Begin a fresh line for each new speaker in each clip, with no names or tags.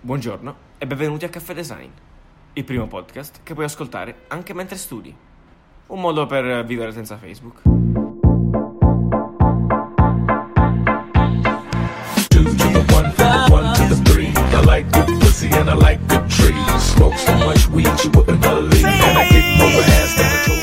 Buongiorno e benvenuti a Caffè Design, il primo podcast che puoi ascoltare anche mentre studi. Un modo per vivere senza Facebook.
two to the one, from the one to the three. I like good pussy and I like good trees. Smoke so much weed you wouldn't believe. And I get more ass than a toy.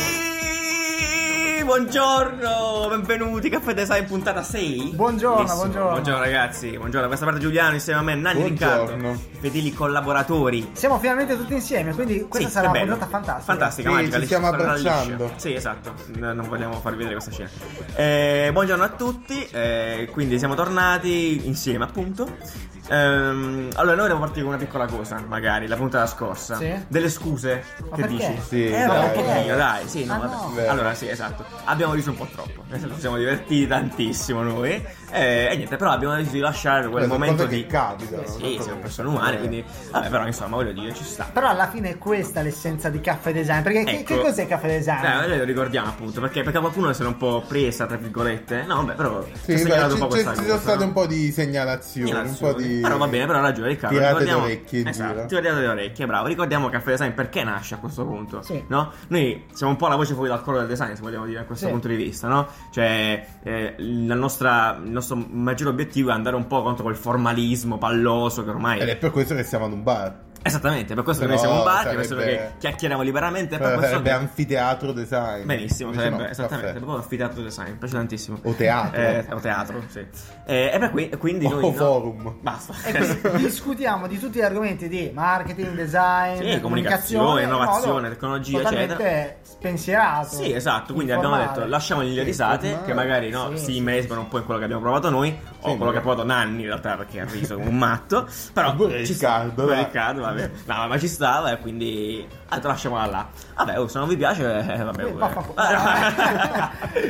Buongiorno, benvenuti, Caffè Design puntata 6
Buongiorno,
Bellissimo.
buongiorno.
Buongiorno ragazzi, buongiorno, a questa parte Giuliano insieme a me, Nanni
Buongiorno.
Riccardo Fedeli collaboratori
Siamo finalmente tutti insieme, quindi questa
Sì,
sarà
è
una
bello.
puntata fantastica.
Fantastica,
Sì,
magica,
ci
le-
stiamo
sarà liscia.
abbracciando.
Sì, esatto, no, non vogliamo farvi vedere questa scena Eh, Buongiorno a tutti, eh, quindi siamo tornati insieme appunto Ehm, Allora, noi dobbiamo partire con una piccola cosa, magari, la puntata scorsa
Sì.
Delle scuse,
Ma
che
perché?
dici?
Sì,
Eh,
No,
ma
dai.
un pochino,
perché?
dai, sì, no,
Ah,
vabbè.
no.
Beh.
Allora, sì, esatto. Abbiamo riso un po' troppo. Nel senso, ci siamo divertiti tantissimo noi. Eh, e niente, però abbiamo deciso di lasciare quel
Beh, sono
momento
cose
di.
che capitano, sono
sì,
cose
siamo
che-
persone umane,
eh.
quindi. Vabbè, però, insomma, voglio dire, ci sta.
Però alla fine è questa l'essenza di caffè design. Perché che- che,
Ecco.
cos'è caffè design?
Eh, noi lo ricordiamo appunto, perché, perché qualcuno se l'è un po' presa, tra virgolette. No, vabbè, però. ci ha
Sì,
segnalato
dai,
un po'
ci- ci
questa
ci
cosa,
sono state
no?
un po' di segnalazioni, un po' di...
Però va bene, però ha ragione Riccardo.
Tirate
ricordiamo-
d'orecchie in
esatto,
giro.
tirate le orecchie, bravo. Ricordiamo Caffè Design perché nasce a questo punto.
Sì.
No? Noi siamo un po' la voce fuori dal coro del design, se vogliamo dire, a questo
Sì.
punto di vista, no? Cioè, eh, la nostra- il nostro maggiore obiettivo è andare un po' contro quel formalismo palloso che ormai.
Ed è per questo che siamo ad un bar.
Esattamente, per questo che
Eh, Però
noi siamo un bar, per
sarebbe-
questo che chiacchieriamo liberamente. E per questo
Sarebbe
che-
anfiteatro design.
Benissimo,
Invece
sarebbe
no,
esattamente.
caffè.
Proprio affitato design, mi piace tantissimo.
O teatro.
Eh, o teatro, sì. Eh, e per cui, quindi noi.
O
no-
forum.
Basta.
E Eh, quindi discutiamo di tutti gli argomenti di marketing, design,
eh, Sì, comunicazione,
in modo
innovazione, tecnologia,
Totalmente spensierato.
Sì, esatto, quindi abbiamo
informale.
detto lasciamo le
Sì,
risate
informale.
che magari no,
Sì,
si
sì,
immedesimano un po' in quello che abbiamo provato noi o
Sì,
quello che
beh.
ha provato Nanni in realtà perché ha riso come un matto, però
Pure
ci
Riccardo, eh.
sta, pure
dai.
Riccardo, vabbè. No, ma ci stava e quindi ah, te lasciamola là. Vabbè, oh, se non vi piace eh, vabbè.
Eh,
pure.
vaffanculo.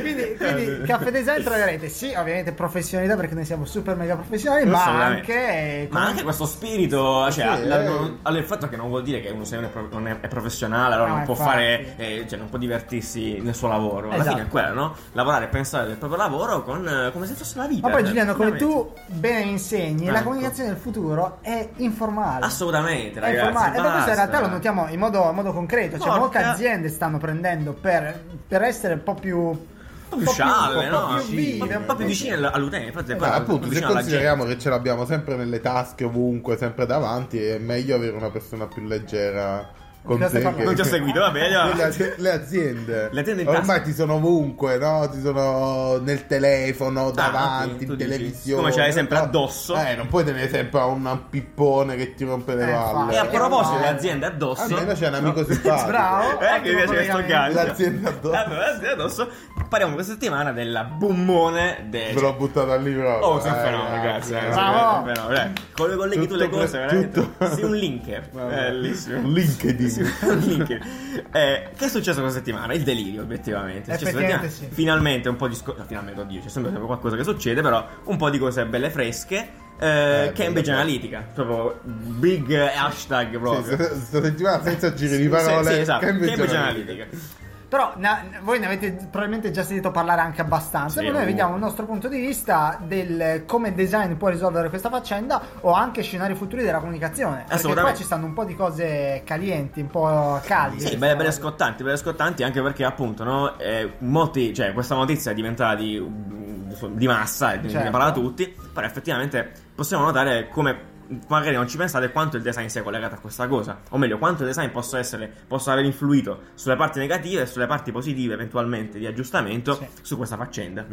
quindi,
Eh,
quindi caffè design troverete sì ovviamente professionalità perché noi siamo super mega professionali Eh, ma
Assolutamente.
anche eh,
Ma anche questo spirito, cioè,
Sì,
la-
eh.
non- allora, il fatto che non vuol dire che uno se non è, pro- non è- è professionale, allora
No,
non può
Ah, infatti.
fare, eh, cioè, non può divertirsi nel suo lavoro. Alla
Esatto.
fine è quello, no? Lavorare e pensare del proprio lavoro con, eh, come se fosse la vita.
ma poi
cioè,
Giuliano come
veramente.
tu bene insegni la
Ecco.
comunicazione del futuro è informale
Assolutamente,
È
ragazzi.
informale. E poi questo in
basta.
realtà lo notiamo in modo, in modo concreto. Cioè,
Porca-
molte aziende stanno prendendo per, per essere un po' più. Un
Un po' più sciave,
un
no?
po' più
Sì,
vive,
un po' più vicino all- all'utente. Infatti, è
Ma
quello,
Eh, appunto, se
vicino alla
consideriamo che ce l'abbiamo sempre nelle tasche, ovunque, sempre davanti, è meglio avere una persona più leggera con
Cosa
te.
parlo?
gente.
che-
Non ti ho seguito, va bene.
Le, az- le aziende,
Le aziende in
ormai
tasca.
ti sono ovunque, no? Ti sono nel telefono,
Ah, ok,
davanti,
tu
in
dici,
televisione.
siccome ce l'hai sempre
No,
addosso.
Eh, non puoi tenere sempre a un pippone che ti rompe le
Eh,
palle. Ah,
E a proposito
Eh.
dell'azienda addosso,
Almeno c'è un amico
No.
simpatico.
Bravo.
Eh, che mi
Ottimo
piace questo
collegamento.
gancio.
L'azienda addosso.
Eh, beh, l'azienda addosso. Parliamo questa settimana della bommone del...
Ve l'ho buttata lì proprio.
Oh, sei un
eh,
fenomeno, grazie. eh, sei
Bravo.
un fenomeno, eh. Con le colleghi tu le
Tutto
cose,
pre-
veramente.
tutto.
Sei un linker. Bellissimo.
LinkedIn.
Sì, un linker. Eh, che è successo questa settimana? Il delirio, obiettivamente. È successo
Effettivamente
questa settimana.
sì.
Finalmente un po' di... sco- no, finalmente, oddio, c'è sempre sempre qualcosa che succede, però un po' di cose belle fresche. eh,
Eh,
Cambridge
bello.
Analytica, proprio big hashtag proprio.
Sì, sta settimana senza giri di
Sì,
parole.
sì, esatto. Cambridge,
Analytica.
Analytica.
Però na- voi ne avete probabilmente già sentito parlare anche abbastanza.
Sì,
ma noi
uh.
vediamo il nostro punto di vista del come design può risolvere questa faccenda o anche scenari futuri della comunicazione. Perché
Assolutamente.
qua ci stanno un po' di cose calienti, un po' calde.
Sì, belle, belle scottanti, belle scottanti anche perché appunto no, eh, molti, cioè, questa notizia è diventata di, di massa e ne
Certo.
parla tutti, però effettivamente possiamo notare come magari non ci pensate quanto il design sia collegato a questa cosa, o meglio quanto il design possa, essere, possa aver influito sulle parti negative e sulle parti positive eventualmente di aggiustamento
Sì. Mhm.
su questa faccenda.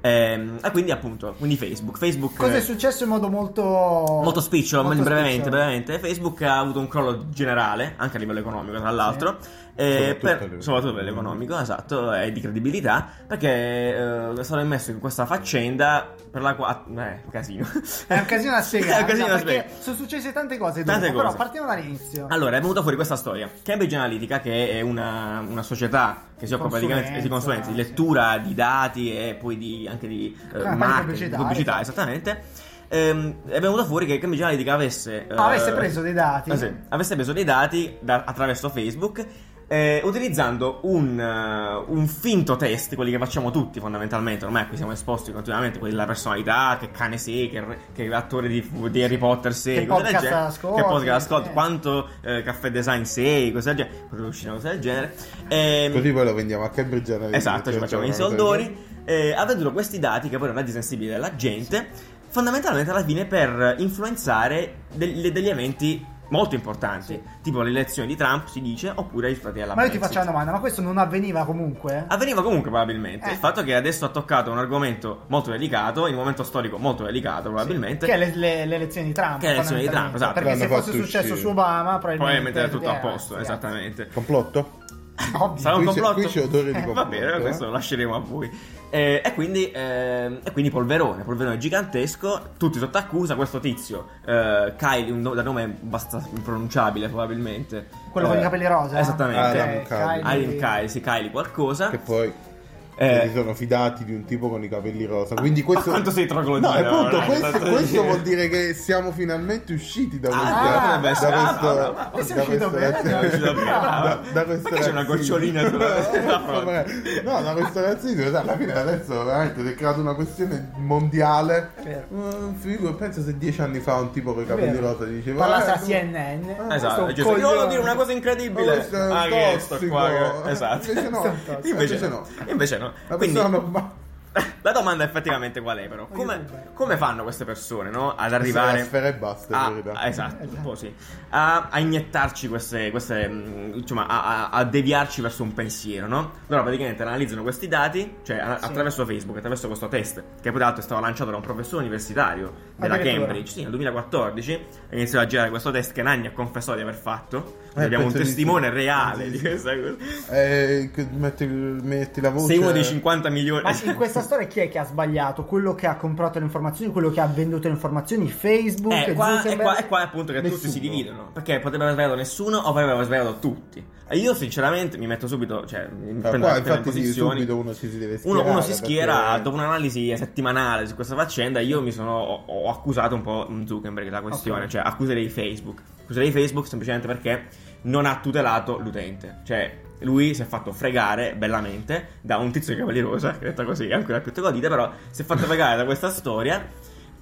Ehm, e quindi appunto, quindi Facebook, Facebook
Cosa
eh,
è successo in modo molto.
Molto spicciolo,
molto
brevemente,
spicciolo.
brevemente. Facebook ha avuto un crollo generale, anche a livello economico, tra l'altro. eh,
Soprattutto
per-
a livello-
soprattutto a livello economico, esatto, e di credibilità, perché eh, è stato immesso in questa faccenda per la quale. Eh, casino.
È un casino da spiegare.
È un casino da
perché
spiegare.
Sono successe tante cose dopo,
Tante
però
cose.
partiamo dall'inizio.
Allora, è venuta fuori questa storia. Cambridge Analytica, che è una, una società che si occupa
Consulenza,
praticamente di consulenza, di
sì.
lettura di dati e poi di, anche di eh,
Campagne
marketing,
pubblicitarie.
pubblicità,
esatto.
esattamente. ehm, è venuta fuori che Cambridge Analytica avesse. eh,
Ah, avesse preso dei dati.
Ah, sì. avesse preso dei dati da- attraverso Facebook eh, utilizzando un, eh, un finto test, quelli che facciamo tutti fondamentalmente, ormai a cui siamo esposti continuamente, quelli della personalità, che cane sei, che, re- che attore di, di Harry Potter sei,
Che
cose del
podcast
genere,
ascolti,
che podcast ascolti,
eh.
quanto eh, caffè design sei, cose del genere, potrebbe uscire una cosa del genere. Ehm,
Così poi lo vendiamo a Cambridge Analytica.
Esatto, ci facciamo i
cioè,
soldoni. Eh, ha venduto questi dati che poi erano dati sensibili alla gente, fondamentalmente alla fine per influenzare del- degli eventi molto importanti, tipo le elezioni di Trump, si dice, oppure i risultati della
Ma io ti
Brexit.
faccio una domanda, ma questo non avveniva comunque?
Avveniva comunque probabilmente.
Eh.
Il fatto che adesso ha toccato un argomento molto delicato, in un momento storico molto delicato probabilmente.
Che è le, le- le elezioni di Trump.
Che è le elezioni di Trump, esatto.
Perché se
L'hanno
fosse
fatto
successo
uscire.
su Obama,
Probabilmente
probabilmente...
era tutto a posto,
eh,
esattamente.
Complotto?
Ovvio.
Sarà un
qui, c'è,
complotto?
qui c'è odore di
Eh,
complotto.
Va bene,
eh.
questo lo lasceremo a voi. Eh, e, quindi, ehm, e quindi Polverone, Polverone gigantesco, tutti sotto accusa, questo tizio, eh, Kylie, un no- da nome abbastanza impronunciabile probabilmente.
Quello con
Eh,
i capelli rosa? Ah,
Esattamente.
Adam
Ok,
Kylie.
Adam Kylie, sì, Kylie qualcosa.
Che poi
Eh.
si sono fidati di un tipo con i capelli rosa. Quindi questo...
Ma quanto sei eh, troglodita? Cioè,
No, è appunto,
allora,
questo,
tanto
questo
dire.
vuol dire che siamo finalmente usciti da
Ah,
questa...
potrebbe essere.
da
Ah,
questo...
no, no, no.
E sei uscito
da
bene,
questa-
sei uscito bene.
da- da questo
eh. Perché c'è una
razzismo.
gocciolina sulla- sulla fronte?
No, da questo razzismo, sai, alla fine adesso veramente si è creata una questione mondiale.
Vero.
Mm, figo, penso se dieci anni fa un tipo con i capelli
Vero.
rosa diceva...
Parlasse a
"Eh, tu-
CNN.
Esatto,
Questo
giusto. Io volevo
coglione.
dire una cosa incredibile.
Oh, questo è un
Ah, che sto
tossico. Eh,
qua, che- Esatto.
Invece no,
Invece,
invece
no.
no.
Invece no.
La
Quindi-
persona normale.
La domanda è effettivamente qual è, però. Come, come fanno queste persone, no? Ad arrivare.
Sì, la sfera e basta,
Ah,
in verità.
ah, esatto, un po' sì. A, a iniettarci queste. queste mh, insomma, a, a- a deviarci verso un pensiero, no? Loro praticamente analizzano questi dati, cioè a- attraverso Facebook, attraverso questo test, che poi tra l'altro è stato lanciato da un professore universitario della
Addirittura.
Cambridge, sì, nel 2014. Ha iniziato a girare questo test che Nagni ha confessato di aver fatto.
Eh,
abbiamo un
penso di sì.
testimone reale
Penso
di
di
questa cosa.
Eh, che- metti, metti la voce.
Sei uno dei 50 milioni.
Ma in questa storia chi è che ha sbagliato? Quello che ha comprato le informazioni, quello che ha venduto le informazioni, Facebook,
Eh, qua, è,
Zuckerberg?
qua, è qua appunto che tutti
Nessuno.
si dividono. Perché potrebbe aver sbagliato nessuno o potrebbe aver sbagliato tutti. E io, sinceramente, mi metto subito. Cioè, mi
Ah,
prendo
qua,
prendo le
infatti, sì,
posizioni.
subito uno ci si deve schierare.
Uno, uno si schiera
perché-
dopo un'analisi settimanale su questa faccenda. Io mi sono. Ho, ho accusato un po' Zuckerberg la questione.
Ok.
Cioè, accuserei Facebook. Accuserei Facebook semplicemente perché non ha tutelato l'utente. Cioè, lui si è fatto fregare bellamente da un tizio di capelli rosa. Che detto così, è ancora più tegodita. Però si è fatto fregare da questa storia.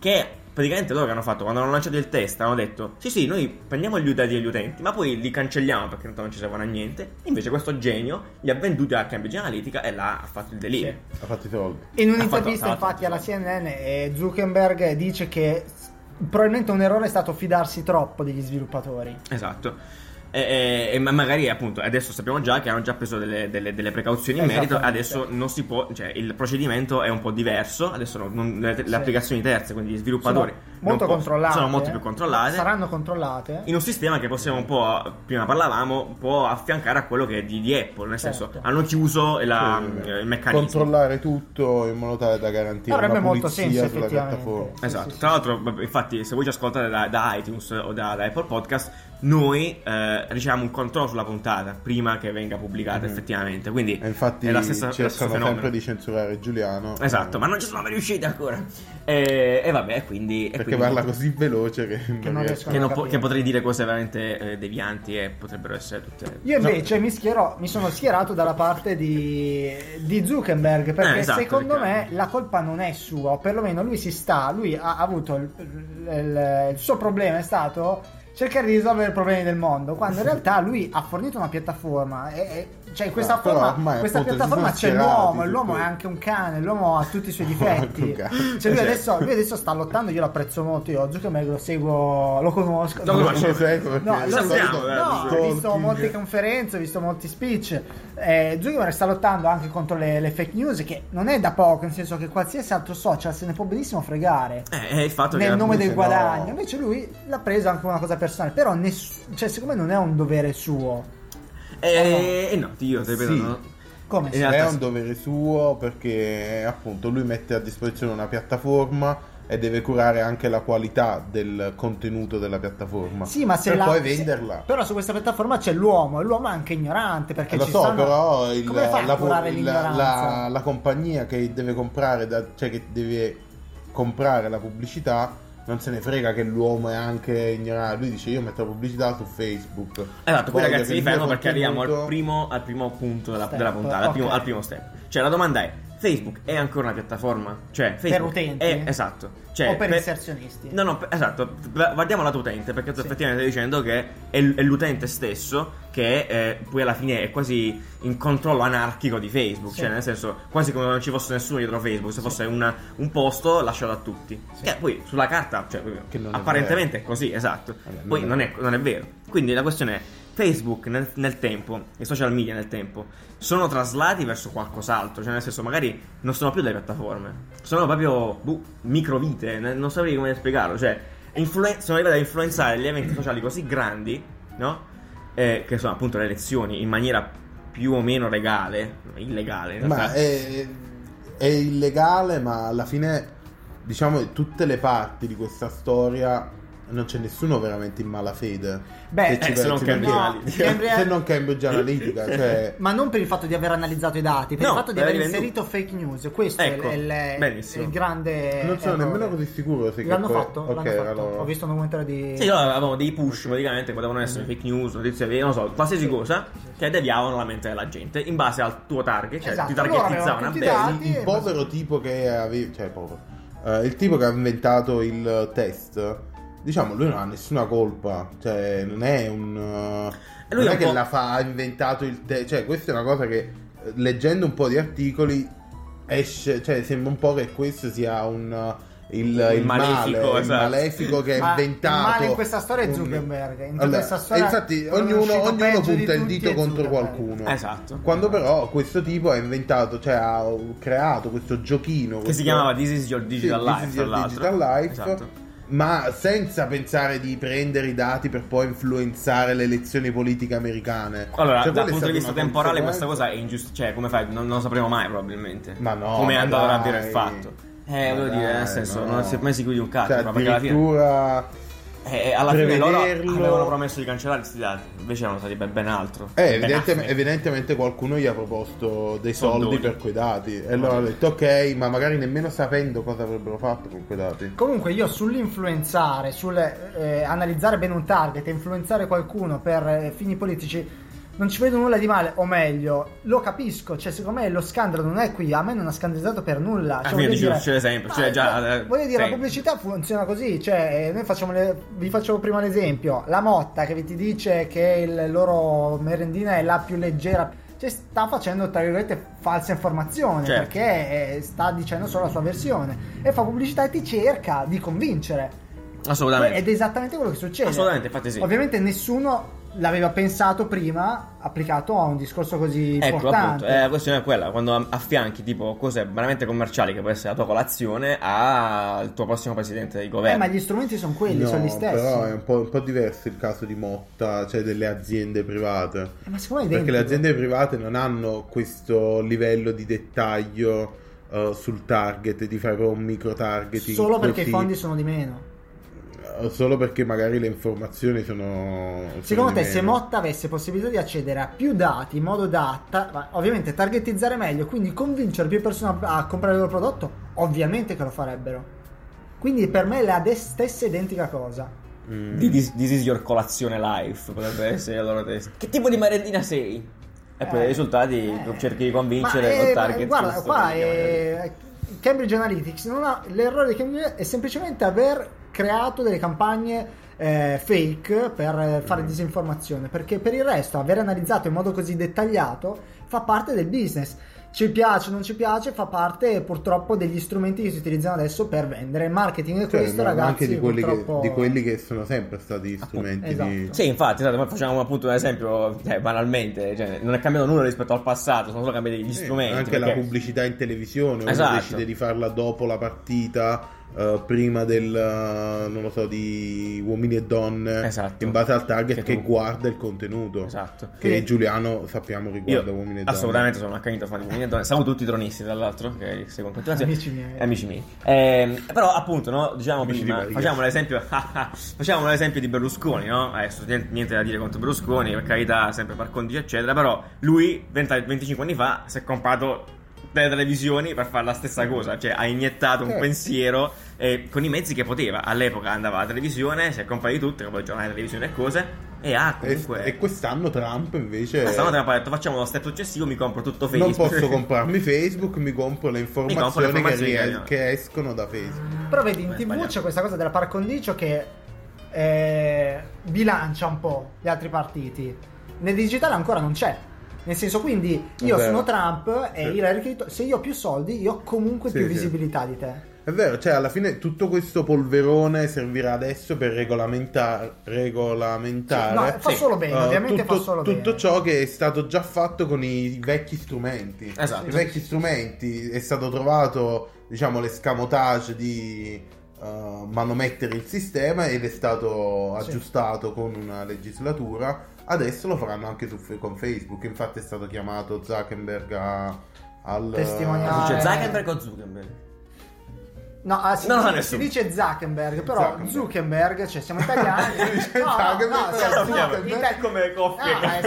Che praticamente loro che hanno fatto quando hanno lanciato il test hanno detto sì sì noi prendiamo gli dati degli utenti ma poi li cancelliamo perché tanto non ci servono a niente invece questo genio li ha venduti a Cambridge Analytica e là ha fatto il delirio
Ha fatto i soldi.
Ha
In
fatto-
un'intervista,
ha fatto-
infatti, alla CNN, eh, Zuckerberg dice che s- probabilmente un errore è stato fidarsi troppo degli sviluppatori.
Esatto. E, e- e ma- magari appunto adesso sappiamo già che hanno già preso delle, delle- delle precauzioni in merito.
Esattamente.
Adesso non si può, cioè il procedimento è un po' diverso. Adesso non- non- le, le
Sì.
applicazioni terze, quindi gli
Sono
sviluppatori, non
molto
po-
controllate.
sono molto più controllate.
Saranno controllate.
In un sistema che possiamo un po', prima parlavamo, un po' affiancare a quello che è di, di Apple, nel
Certo.
senso hanno chiuso la- eh,
Sì,
il meccanismo.
Controllare tutto in modo tale da garantire
Avrebbe
una
molto
pulizia
senso,
sulla
effettivamente.
piattaforma.
Sì,
Esatto,
sì,
tra l'altro, vabbè, infatti, se voi ci ascoltate da, da iTunes o da, da Apple Podcast, noi eh, riceviamo un controllo sulla puntata prima che venga pubblicata
Mm-hmm.
effettivamente. Quindi
Esatto.
E infatti
è la stessa, lo stesso
cercano
fenomeno.
sempre di censurare Giuliano.
Esatto,
eh,
ma non ci sono mai riusciti ancora. Eh, E, e vabbè, quindi. e
Perché
quindi-
parla così veloce che,
non
riesco.
riescono
Che, non po-
capire.
che potrei dire cose veramente eh, devianti e potrebbero essere tutte.
Io invece mi, schierò, mi sono schierato dalla parte di, di Zuckerberg perché
Eh, esatto,
secondo me
Riccardo.
la colpa non è sua, o perlomeno lui si sta, lui ha avuto il, il- il suo problema è stato cercare di risolvere i problemi del mondo, quando in realtà lui ha fornito una piattaforma e, e- cioè in questa,
Ah, però
forma-
ormai,
questa
appunto,
piattaforma
si sono
c'è
schierati
l'uomo, e
su
l'uomo è
questo.
anche un cane, l'uomo ha tutti i suoi
Anche un
difetti.
Eh,
cane.
certo.
Cioè lui adesso, lui adesso sta lottando, io lo apprezzo molto, io Zuckerberg lo seguo, lo conosco.
Lo conosci?
No, lo
Salutiamo,
so-
eh,
No, ho
stalking.
visto molte conferenze, ho visto molti speech. Eh, Zuckerberg sta lottando anche contro le, le fake news, che non è da poco, nel senso che qualsiasi altro social se ne può benissimo fregare.
Eh, è il fatto che.
Nel nome del
no.
guadagno, invece lui l'ha preso anche come una cosa personale, però ness- cioè, secondo me non è un dovere suo.
Eh, eh, no, io ti ripeto.
Sì.
no.
Come
Eh,
se-
è
realtà-
un dovere suo perché appunto lui mette a disposizione una piattaforma e deve curare anche la qualità del contenuto della piattaforma.
Sì, ma se
per
la-
poi
se-
venderla.
però su questa piattaforma c'è l'uomo, e l'uomo è anche ignorante perché
Eh, lo
ci
so,
stanno-
però il-
come fai a
la,
curare
il-
l'ignoranza?
la- la compagnia che deve comprare, da- cioè che deve comprare la pubblicità non se ne frega che l'uomo è anche ignorante. Lui dice: Io metto la pubblicità su Facebook.
Esatto, qui
Voglio
ragazzi
che
mi
il
fermo
mio
perché arriviamo al
contenuto-
primo, al primo punto della,
Step,
della puntata, al primo,
ok.
al primo step. Cioè la domanda è, Facebook è ancora una piattaforma? Cioè, Facebook
utenti?
È, esatto. Cioè,
O per inserzionisti?
No, no, per- esatto. per- Guardiamo lato utente perché tu
Sì.
effettivamente stai dicendo che è, l- è l'utente stesso che eh, poi alla fine è quasi in controllo anarchico di Facebook.
Sì.
Cioè, nel senso, quasi come non ci fosse nessuno dietro Facebook, se fosse una- un posto lasciato a tutti. Che poi sulla carta, cioè, proprio,
Che non è
apparentemente
vero.
è così, esatto.
Vabbè, non
poi
è
non è, non è vero. Quindi la questione è: Facebook nel, nel tempo, i social media nel tempo, sono traslati verso qualcos'altro. Cioè, nel senso, magari non sono più delle piattaforme, sono proprio boh, microvite. ne- Non saprei come spiegarlo. Cioè, influen- sono arrivati a influenzare gli eventi sociali così grandi, no? Eh, che sono appunto le elezioni in maniera più o meno legale, illegale. in
Ma
realtà.
è, è illegale, ma alla fine, diciamo, in tutte le parti di questa storia non c'è nessuno veramente in malafede.
Beh,
Che ci
eh, se non
pensi,
Cambridge
perché-
Analytica.
se
Cambridge-
non Cambridge Analytica, cioè...
Ma non per il fatto di aver analizzato i dati, per
No,
il fatto di
per
aver
aver venduto.
inserito fake news. Questo è il-
Ecco,
è il, è
benissimo.
il grande.
Non sono
errore.
nemmeno così sicuro se che
L'hanno
poi-
fatto?
Ok,
l'hanno fatto.
allora-
Ho visto un documentario di.
Sì, noi avevamo dei push praticamente che potevano
Mm.
essere fake news, notizie vere, non so, qualsiasi cosa che deviavano la mente della gente in base al tuo target, cioè
Esatto,
ti
loro avevano
targetizzavano a
tutti i
bene.
dati.
il, il
e
povero tipo che aveva, cioè povero, Eh, il tipo che ha inventato il test, diciamo, lui non ha nessuna colpa, cioè non è un... eh,
E lui
non
è
è
un
che
po'-
la fa, ha inventato il test, cioè questa è una cosa che eh, leggendo un po' di articoli esce, cioè sembra un po' che questo sia un... eh, Il, il,
malefico,
male, il
esatto.
malefico che ha
Ma il
inventato
male in questa storia è
un-
Zuckerberg, in
Allora,
questa storia
infatti
quello che è
ognuno,
uscito
ognuno
peggio di
punta il
tutti
dito
è
contro
Zuckerberg.
qualcuno
Esatto.
quando però questo tipo ha inventato, cioè ha creato questo
Che
giochino
si
questo-
chiamava This is your digital
Sì,
life,
This is
tra
your
l'altro.
Digital Life, Cioè,
Esatto.
ma senza pensare di prendere i dati per poi influenzare le elezioni politiche americane.
Allora,
Cioè, quella
dal
è
punto
stata
di vista
una
temporale
conseguenza-
questa cosa è ingiusta, cioè come fai? Non, non lo sapremo mai probabilmente.
Ma no,
Come è
ma
andato a
dai.
dire il fatto. Eh,
Ma
voglio dire,
dai,
nel senso,
ma no.
non si è mai sicuri di un cazzo,
Cioè,
ma perché alla fine...
addirittura...
Eh, alla fine loro
prevederlo-
avevano promesso di cancellare questi dati, invece non sarebbe ben altro.
Eh,
Ben
evidente-
altro.
evidentemente qualcuno gli ha proposto dei soldi,
Soldoni.
per quei dati e allora ha detto ok, ma magari nemmeno sapendo cosa avrebbero fatto con quei dati.
Comunque io sull'influenzare, sul eh, analizzare bene un target e influenzare qualcuno per eh, fini politici non ci vedo nulla di male, o meglio, lo capisco, cioè secondo me lo scandalo non è qui, a me non ha scandalizzato per nulla. Cioè,
Ah, quindi
voglio
dici, succede sempre, cioè, già,
eh,
eh,
voglio dire, la
sempre.
pubblicità funziona così, cioè eh, noi facciamo le- vi faccio prima l'esempio, la Motta che vi ti dice che il loro merendina è la più leggera, cioè sta facendo tra virgolette falsa informazione
Certo.
perché eh, sta dicendo solo la sua versione e fa pubblicità e ti cerca di convincere.
Assolutamente.
Ed è esattamente quello che succede.
Assolutamente, infatti sì.
Ovviamente nessuno l'aveva pensato prima, applicato a un discorso così
Ecco, appunto,
importante.
eh, la questione è quella, quando a- affianchi tipo cose veramente commerciali che può essere la tua colazione al tuo prossimo presidente del
Eh,
governo.
ma gli strumenti sono quelli,
No,
sono gli stessi.
però è un po', un po' diverso il caso di Motta, cioè delle aziende private.
Eh, Ma secondo me è identico.
Perché le aziende private non hanno questo livello di dettaglio eh, sul target, di fare proprio un micro targeting.
Solo perché
così,
i fondi sono di meno.
eh, Solo perché magari le informazioni sono. sono
Secondo
di
te, se
meno.
Motta avesse possibilità di accedere a più dati in modo da ta- ma ovviamente targetizzare meglio, quindi convincere più persone a a comprare il loro prodotto, ovviamente che lo farebbero. Quindi per me è la de- stessa identica cosa.
Mm.
Di- This, this is your colazione life, potrebbe essere la loro testa. Che tipo di merendina sei? E poi
Eh,
i risultati
eh.
cerchi di convincere
Ma,
il
eh,
target.
Guarda,
giusto, eh.
qua
perché magari-
è... Cambridge Analytics non ha... l'errore di Cambridge Analytics è semplicemente aver creato delle campagne eh, fake per eh,
Mm.
fare disinformazione, perché per il resto aver analizzato in modo così dettagliato fa parte del business. Ci piace o non ci piace, fa parte purtroppo degli strumenti che si utilizzano adesso per vendere. Il marketing è
Cioè,
questo,
ma
ragazzi.
anche di quelli, che,
purtroppo-
di quelli che sono sempre stati strumenti di.
esatto.
Sì, infatti, esatto, poi facciamo appunto un esempio, cioè, banalmente, cioè, non è cambiato nulla rispetto al passato, sono solo cambiati gli
Sì,
strumenti.
Eh, anche la
perché-
pubblicità in televisione, uno
Esatto.
decide di farla dopo la partita, eh, prima del eh, non lo so, di uomini e donne,
Esatto.
in base al target
Che
che,
tu-
guarda il contenuto.
Esatto.
Che
Quindi-
Giuliano sappiamo
Io
riguarda uomini e donne.
assolutamente sono un accanito fan di Uomini e Donne. Saluto tutti i tronisti, tra l'altro, che seguono in continuazione. Eh,
Amici miei.
Amici miei. Ehm, però, appunto, no, diciamo
Amici
prima,
di Maria.
facciamo un esempio. facciamo un esempio di Berlusconi, no? Adesso niente niente da dire contro Berlusconi, per carità, sempre par condicio, eccetera. Però lui, 20 25 anni fa, si è comprato delle televisioni per fare la stessa cosa, cioè ha iniettato un
Sì.
pensiero eh, con i mezzi che poteva. All'epoca andava alla televisione, si è comprato di tutto, come giornali, televisione e cose, e ha
E,
comunque...
e quest'anno Trump invece...
Quest'anno te l'ha detto, facciamo lo step successivo, mi compro tutto
Non
Facebook.
posso comprarmi Facebook, mi compro le informazioni,
Mi compro le informazioni
che,
che
ries-
no.
che escono da Facebook.
Però vedi, in
Beh,
tv
sbagliato.
c'è questa cosa della par condicio che eh, bilancia un po' gli altri partiti. Nel digitale ancora non c'è. Nel senso, quindi io
È vero.
sono Trump e
Sì.
Hillary Clinton. Se io ho più soldi, io ho comunque
Sì,
più
sì.
visibilità di te.
È vero, cioè alla fine tutto questo polverone servirà adesso per regolamentar- regolamentare,
No, fa
Sì.
solo bene,
eh,
ovviamente
tutto,
fa solo
tutto
bene.
ciò che è stato già fatto con i vecchi strumenti.
Esatto.
I vecchi strumenti è stato trovato, diciamo, l'escamotage di eh, manomettere il sistema ed è stato
Sì.
aggiustato con una legislatura. Adesso lo faranno anche su, con Facebook. Infatti è stato chiamato Zuckerberg a, al
Testimoniare.
Dice
Ah, eh.
Zuckerberg o Zuckerberg?
No, ah, si,
No,
dice- si
nessuno.
dice Zuckerberg, però
Zuckerberg.
Zuckerberg, cioè siamo italiani.
Dice
no, no,
Zuckerberg,
no,
però
siamo,
Zuckerberg.
in Italia-
Come coppie.
No, eh,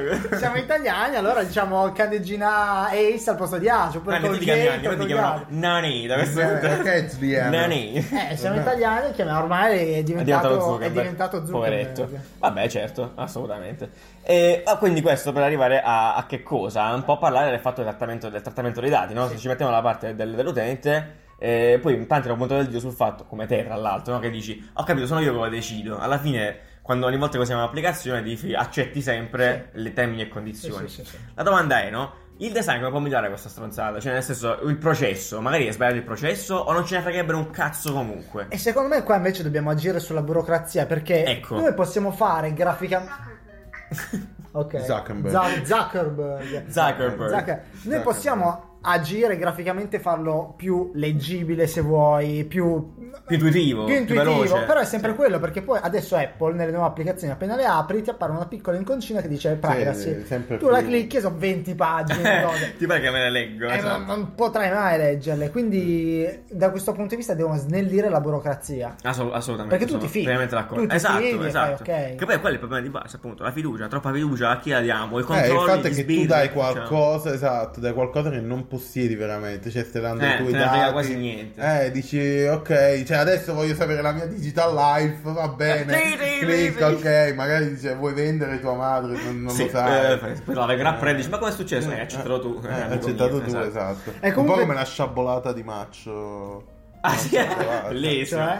siamo, siamo italiani, allora diciamo candeggina Ace al posto di Ace, oppure
Ah,
Poi
col
ti
gay,
chiamano, poi ti
col
chiamano
gay.
Nani, da questo
Eh, che sbiano.
Nani.
Eh, siamo italiani, che ormai è
È
diventato,
diventato Zuckerberg.
è diventato Zuckerberg.
Poveretto. Vabbè, certo, assolutamente. E, ah, quindi questo per arrivare a, a che cosa? Un po' parlare del fatto del trattamento, del trattamento dei dati, no? Se ci mettiamo dalla parte del- dell'utente. E poi tanti hanno puntato il dito sul fatto, come te tra l'altro, no? che dici, ho capito, sono io che lo decido. Alla fine, quando ogni volta che usiamo un'applicazione, dici, accetti sempre le termini e
Sì,
condizioni.
sì, sì, sì.
La domanda è, no? Il design come può migliorare questa stronzata? Cioè, nel senso, il processo, magari è sbagliato il processo o non ce ne fregherebbe un cazzo comunque?
E secondo me qua invece dobbiamo agire sulla burocrazia perché
Ecco.
noi possiamo fare graficamente... Ok.
Zuckerberg.
Za- Zuckerberg.
Zuckerberg.
Zucker- Noi
Zuckerberg.
possiamo agire graficamente, farlo più leggibile se vuoi, più,
Più intuitivo,
più intuitivo,
veloce.
però è sempre
Sì.
quello perché poi adesso Apple nelle nuove applicazioni appena le apri ti appare una piccola inconcina che dice privacy.
Sì, sempre
tu la
più-
clicchi e sono 20 pagine. cose.
Eh, Ti pare che me le leggo?
Eh,
esatto.
non, non potrai mai leggerle, quindi da questo punto di vista devono snellire la burocrazia.
Assol- assolutamente.
Perché tu ti fidi.
sono pienamente d'accordo.
Tu ti
esatto,
fidi e
esatto.
fai, eh, ok.
Che poi è quello il problema di base, appunto. La fiducia, troppa fiducia, a chi la diamo? I
Eh,
controlli,
il fatto è
gli
che tu
sbirri,
dai
cioè,
qualcosa, esatto, dai qualcosa che non possiedi veramente, cioè stai dando
Eh,
i tuoi
te ne frega
dati.
quasi niente.
Eh, dici, ok, cioè adesso voglio sapere la mia digital life, va bene.
sì, sì,
Clicca,
sì,
ok, magari dice vuoi vendere tua madre, non, non
Sì,
lo sai.
eh, fai- poi la verrà a prendere, dici, ma com'è successo? Eh,
Eh,
accettalo tu. Eh,
eh,
amico
accettato
mio,
tu,
esatto.
E
esatto. Un po'
comunque-
come la sciabolata di eh, Maccio.
Ah, sì,
La sciabolata.
bellissimo.
Cioè?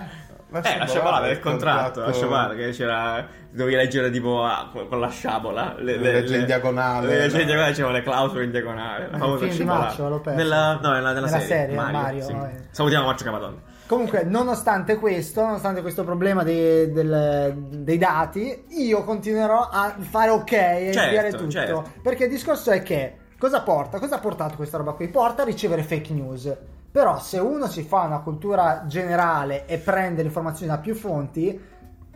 Eh, la sciabola del contratto, la sciabola che c'era, dovevi leggere tipo ah, con con la sciabola, le,
Le leggi in diagonale.
le leggi in diagonale, c'erano le clausole in diagonale, la
il
famosa
film di
sciabola.
Maccio, l'ho perso.
Nella, no, nella, nella
Nella
serie,
serie, Mario,
sì.
eh.
Salutiamo Maccio Capadonna.
Comunque, nonostante questo, nonostante questo problema dei, del- dei dati, io continuerò a fare ok e
Certo,
inviare tutto.
certo.
Perché il discorso è che cosa porta? Cosa ha portato questa roba qui? Porta a ricevere fake news. Però, se uno si fa una cultura generale e prende le informazioni da più fonti,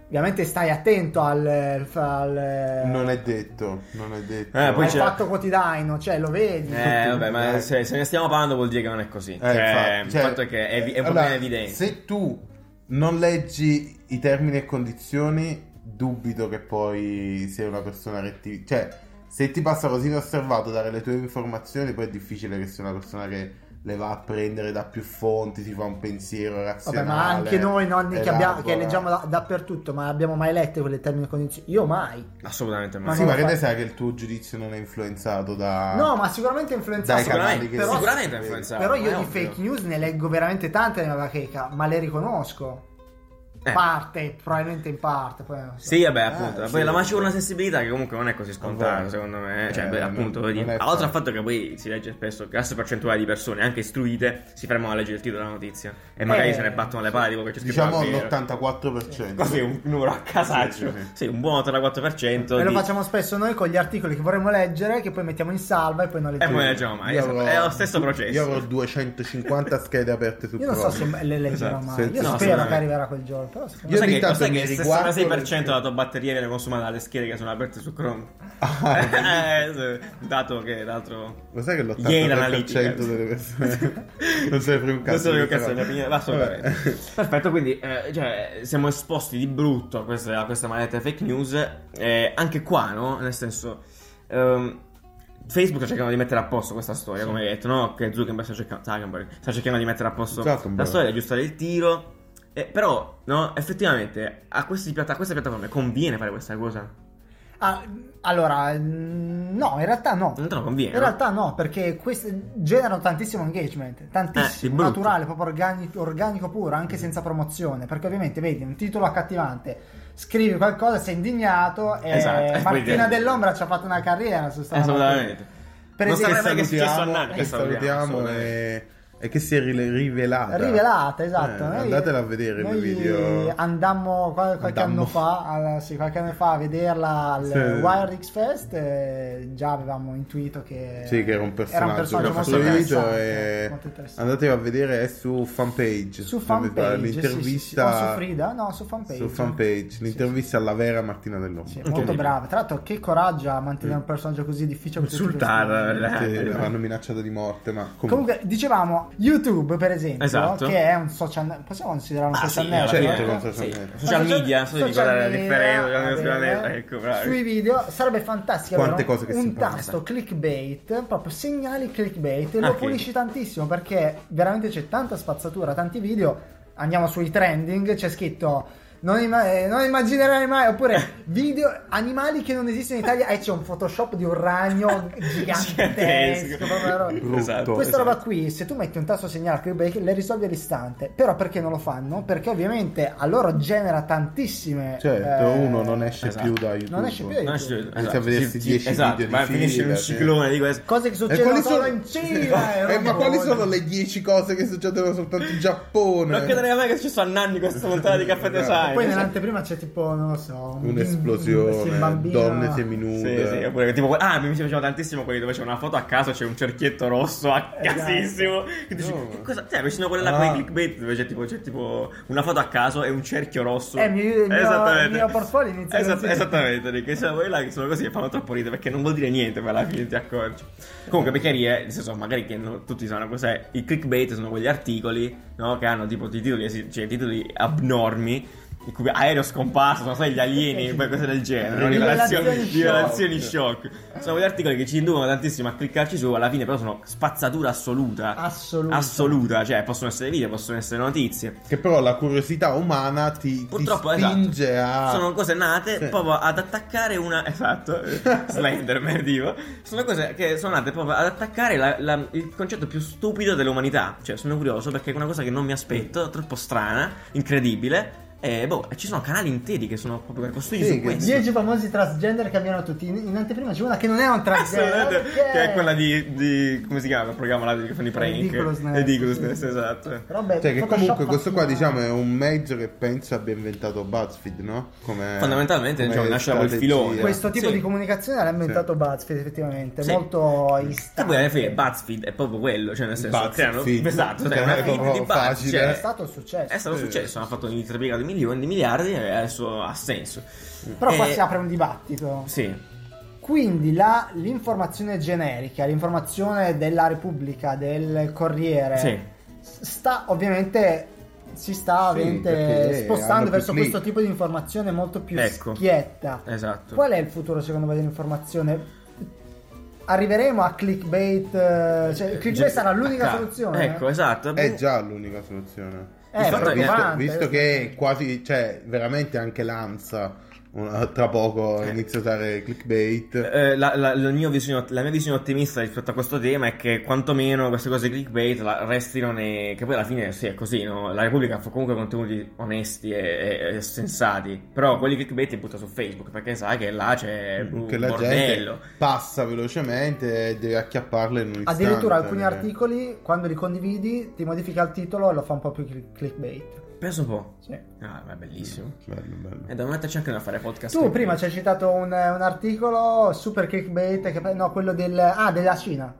ovviamente stai attento al. al- eh,
Non è detto, non è detto.
Eh, poi
al
c'è-
fatto quotidiano, cioè lo vedi.
Eh, vabbè, ma se, se ne stiamo parlando vuol dire che non è così.
Eh,
Cioè,
infatti,
il
cioè,
fatto è che è, vi- è un
allora,
problema evidente.
Se tu non leggi i termini e condizioni, dubito che poi sei una persona rettiva. Cioè, se ti passa così inosservato dare le tue informazioni, poi è difficile che sei una persona che le va a prendere da più fonti, si fa un pensiero
Vabbè,
razionale.
ma anche noi nonni che, abbiamo- che
elabora.
leggiamo da- dappertutto, ma abbiamo mai letto quelle termini e condizioni? Io mai.
Assolutamente
Ma
mai.
sì,
non
ma
lo
che
fa-
ne sai che il tuo giudizio non è influenzato da...
No, ma sicuramente è influenzato.
Ah. Dai
sicuramente,
canali che-
però-
sicuramente è influenzato.
Però
ma
io
è
di
ovvio.
fake news ne leggo veramente tante nella bacheca, ma le riconosco.
Eh.
Parte, probabilmente in parte. Poi non so.
Sì, vabbè, appunto.
Ah,
poi
sì.
la maci con una sensibilità che comunque non è così scontata,
Vabbè.
secondo me. Cioè,
Eh,
beh,
non-
appunto,
non
vedi.
è
Oltre al
facile.
fatto che poi si legge spesso, grossa percentuale di persone, anche istruite, si fermano a leggere il titolo della notizia. E magari
Eh,
se ne battono le pari, tipo che c'è scritto
Diciamo
davvero.
l'84%.
Così, un numero a casaccio.
Sì,
Sì,
sì, sì.
un buon 84%.
E Eh, lo
di-
facciamo spesso noi con gli articoli che vorremmo leggere, che poi mettiamo in salva e poi non
E
leggiamo.
poi ne leggiamo mai.
Io
esatto.
avrò-
È lo stesso processo.
Io avrò 250 schede aperte su
Io non so
Chrome.
se le leggerò
Esatto,
mai.
sì,
Io
no,
spero che
sicuramente.
arriverà quel giorno. Però secondo
Io
me-
Sai
ogni
che,
tanto
sai
mi
che il
riguardo
66%
le-
della tua batteria viene consumata dalle schede che sono aperte su Chrome.
Ah, è
eh, sì, dato che l'altro.
Lo sai che l'83%
Ieri l'analitica.
delle persone non se ne frega un
Non
cazzo.
so che cazzo è
di questa
la mia
cosa.
opinione, ma assolutamente.
Vabbè.
Perfetto, quindi eh, cioè, siamo esposti di brutto a queste, a queste maledette fake news. Eh, anche qua, no? Nel senso, ehm, Facebook sta cercando di mettere a posto questa storia, come hai detto, no? Che Zuckerberg sta cercando, Zuckerberg sta cercando di mettere a posto
Zuckerberg.
la storia, di aggiustare il tiro. Eh, però, no, effettivamente a, questi piatta- a queste piattaforme conviene fare questa cosa?
Ah, allora, mm, no, in realtà no.
Non te lo conviene.
In realtà no, perché queste generano tantissimo engagement,
Eh, di
tantissimo,
brutto. Mm.
naturale, proprio organico, organico puro, anche senza promozione, perché ovviamente vedi un titolo accattivante, scrivi qualcosa, sei indignato e
Esatto, e poi
Martina
te-
dell'Ombra ci ha fatto una carriera su
no?
sta roba qui.
Eh, Assolutamente.
Per
Non
esempio-
saprei mai che è successo a
Salutiamo-
Nanni.
che salutiamo e, e che si è rile- rivelata.
Rivelata, eh, esatto.
Eh,
Noi-
andatela a vedere
noi
il video.
Andammo qual- qualche
Andammo.
anno fa, alla- sì, qualche anno fa a vederla al
Sì.
Wire X Fest. eh, già avevamo intuito che,
Sì, che era un personaggio,
personaggio
che ha
molto,
fatto il video
interessante,
e-
molto interessante.
Andatelo a vedere, è su fanpage.
Su
dove fa
fanpage,
L'intervista
sì, sì, sì. O su Frida? No, su fanpage.
Su fanpage, l'intervista alla vera Martina Dell'Ombra.
Sì, molto
Incredibile.
brava. Tra l'altro, che coraggio a mantenere un personaggio così difficile. per tutti questi
Insultar,
anni.
eh,
Che
eh,
l'hanno minacciato di morte, ma comunque.
Comunque, dicevamo, YouTube, per esempio,
Esatto.
che è un social possiamo considerare un
Ah,
social
sì,
network?
certo,
alla fine,
con social
sì.
network.
Social media, so
social
di guardare la
media,
differenza,
vabbè,
social network, ecco, bravo.
sui video sarebbe fantastico
Quante
avere un-
cose che si
un
imparano.
tasto clickbait proprio segnali clickbait e
Ah,
lo
ok.
pulisci tantissimo perché veramente c'è tanta spazzatura tanti video andiamo sui trending c'è scritto non, imma- eh, non immaginerai mai oppure video animali che non esistono in Italia e c'è un photoshop di un ragno gigantesco proprio una roba-
Brutto.
Esatto,
questa roba
esatto.
qui, se tu metti un tasto segnale clickbait, le risolvi all'istante. Però perché non lo fanno? Perché ovviamente a loro genera tantissime.
Certo,
eh,
uno non esce
esatto.
più da YouTube.
Non esce più da
Non esce- esatto,
Inizia a vedersi
sì, sì,
10
esatto,
video di
ma finisce in
fila,
un
sì.
ciclone di questo.
Cose che
E
succedono
Eh, quali
solo
sono...
in Cina.
Eh, ma
roba
quali
buona.
sono le 10 cose che succedono soltanto in
Non
Giappone?
crederei mai che è successo a Nanni questa puntata di Caffè Design.
Poi nell'anteprima c'è tipo, non lo so, un- sì, un
Un'esplosione,
bambino-
donne
Sì,
seminude.
sì, oppure tipo, que- ah, mi piacevano tantissimo quelli dove c'è una foto a caso, c'è un cerchietto rosso a
Esatto.
casissimo. Che dici,
No.
che cosa? Cioè, vicino a quella là
Ah.
con i clickbait dove c'è tipo, c'è tipo una foto a caso e un cerchio rosso.
Eh, il mio- il mio-
Esattamente.
il mio portfolio inizia
Esat-
così.
Esattamente, perché sono quelli là che sono così e fanno troppo ridere perché non vuol dire niente, ma alla fine ti accorgi. Comunque,
Eh.
beccherie, nel senso, magari che non- tutti sanno cos'è. I clickbait sono quegli articoli, no? Che hanno tipo dei titoli, esi- cioè, titoli abnormi. In cui aereo scomparso, non so, gli alieni, poi cose del genere.
Rivelazioni
Rivelazioni,
shock.
rivelazioni shock. Sono quegli articoli che ci inducono tantissimo a cliccarci su, alla fine però sono spazzatura assoluta.
Assoluta.
Assoluta, cioè possono essere video, possono essere notizie.
Che però la curiosità umana ti, ti
Purtroppo,
spinge
esatto,
a...
sono cose nate
Sì.
proprio ad attaccare una... Esatto, eh, Slenderman, tipo. Sono cose che sono nate proprio ad attaccare la- la- il concetto più stupido dell'umanità. Cioè, sono curioso perché è una cosa che non mi aspetto, troppo strana, incredibile. E boh, ci sono canali interi che sono proprio costruiti
Sì,
su
che-
questo.
10 famosi transgender che abbiamo tutti. In, in anteprima c'è una che non è un transgender.
Assolutamente,
perché-
Ah, Che è quella di, di- come si chiama? Il programma là di- che fanno i prank.
Ridiculousness.
Ridiculousness, esatto.
Robe-
Cioè, che
Photoshop
comunque questo qua,
fattina.
diciamo, è un mezzo che penso abbia inventato BuzzFeed, no? Come,
Fondamentalmente,
come
diciamo, nasce da quel
strategia.
filone.
Questo tipo
Sì.
di comunicazione l'ha inventato BuzzFeed effettivamente,
Sì. Eh,
molto
E poi alla fine
istante.
BuzzFeed è proprio quello, cioè nel senso
Buzzfeed.
creano- esatto, cioè,
È
una feed di
proprio
Buzz,
facile.
cioè,
È stato un successo.
è stato
Sì.
successo, hanno fatto un triplicato di milioni, di miliardi e adesso ha senso.
Però qua
Eh,
si apre un dibattito.
Sì,
Quindi la- l'informazione generica, l'informazione della Repubblica, del Corriere,
Sì.
s- sta ovviamente si sta
Sì,
ovviamente
perché hanno
spostando
più
verso
click.
questo tipo di informazione molto più
Ecco.
schietta.
esatto.
Qual è il futuro secondo voi dell'informazione? Arriveremo a clickbait, eh, cioè il clickbait
Ge-
sarà l'unica
Acca-
soluzione.
Ecco, esatto.
È già l'unica soluzione.
Eh,
Però
perché
visto,
tante-
eh,
visto che quasi, cioè, veramente anche l'ANSA una- tra poco inizia a usare clickbait.
Eh, la, la- la mia visione, la mia visione ottimista rispetto a questo tema è che quantomeno queste cose clickbait la- restino nei... che poi alla fine sì è così, no? la Repubblica fa comunque contenuti onesti e, e- e sensati, però quelli clickbait li butta su Facebook perché sa che là c'è un
eh, Mm, che la
eh, bordello.
gente passa velocemente e deve acchiapparle in un istante.
Addirittura alcuni
Eh.
articoli, quando li condividi, ti modifica il titolo e lo fa un po' più cli- clickbait.
Penso un po'.
Sì.
Ah, ma è bellissimo.
Bello, bello.
E da metterci anche noi a fare podcast.
Tu prima ci hai citato un, un articolo super clickbait, che, no, quello del, ah, della Cina.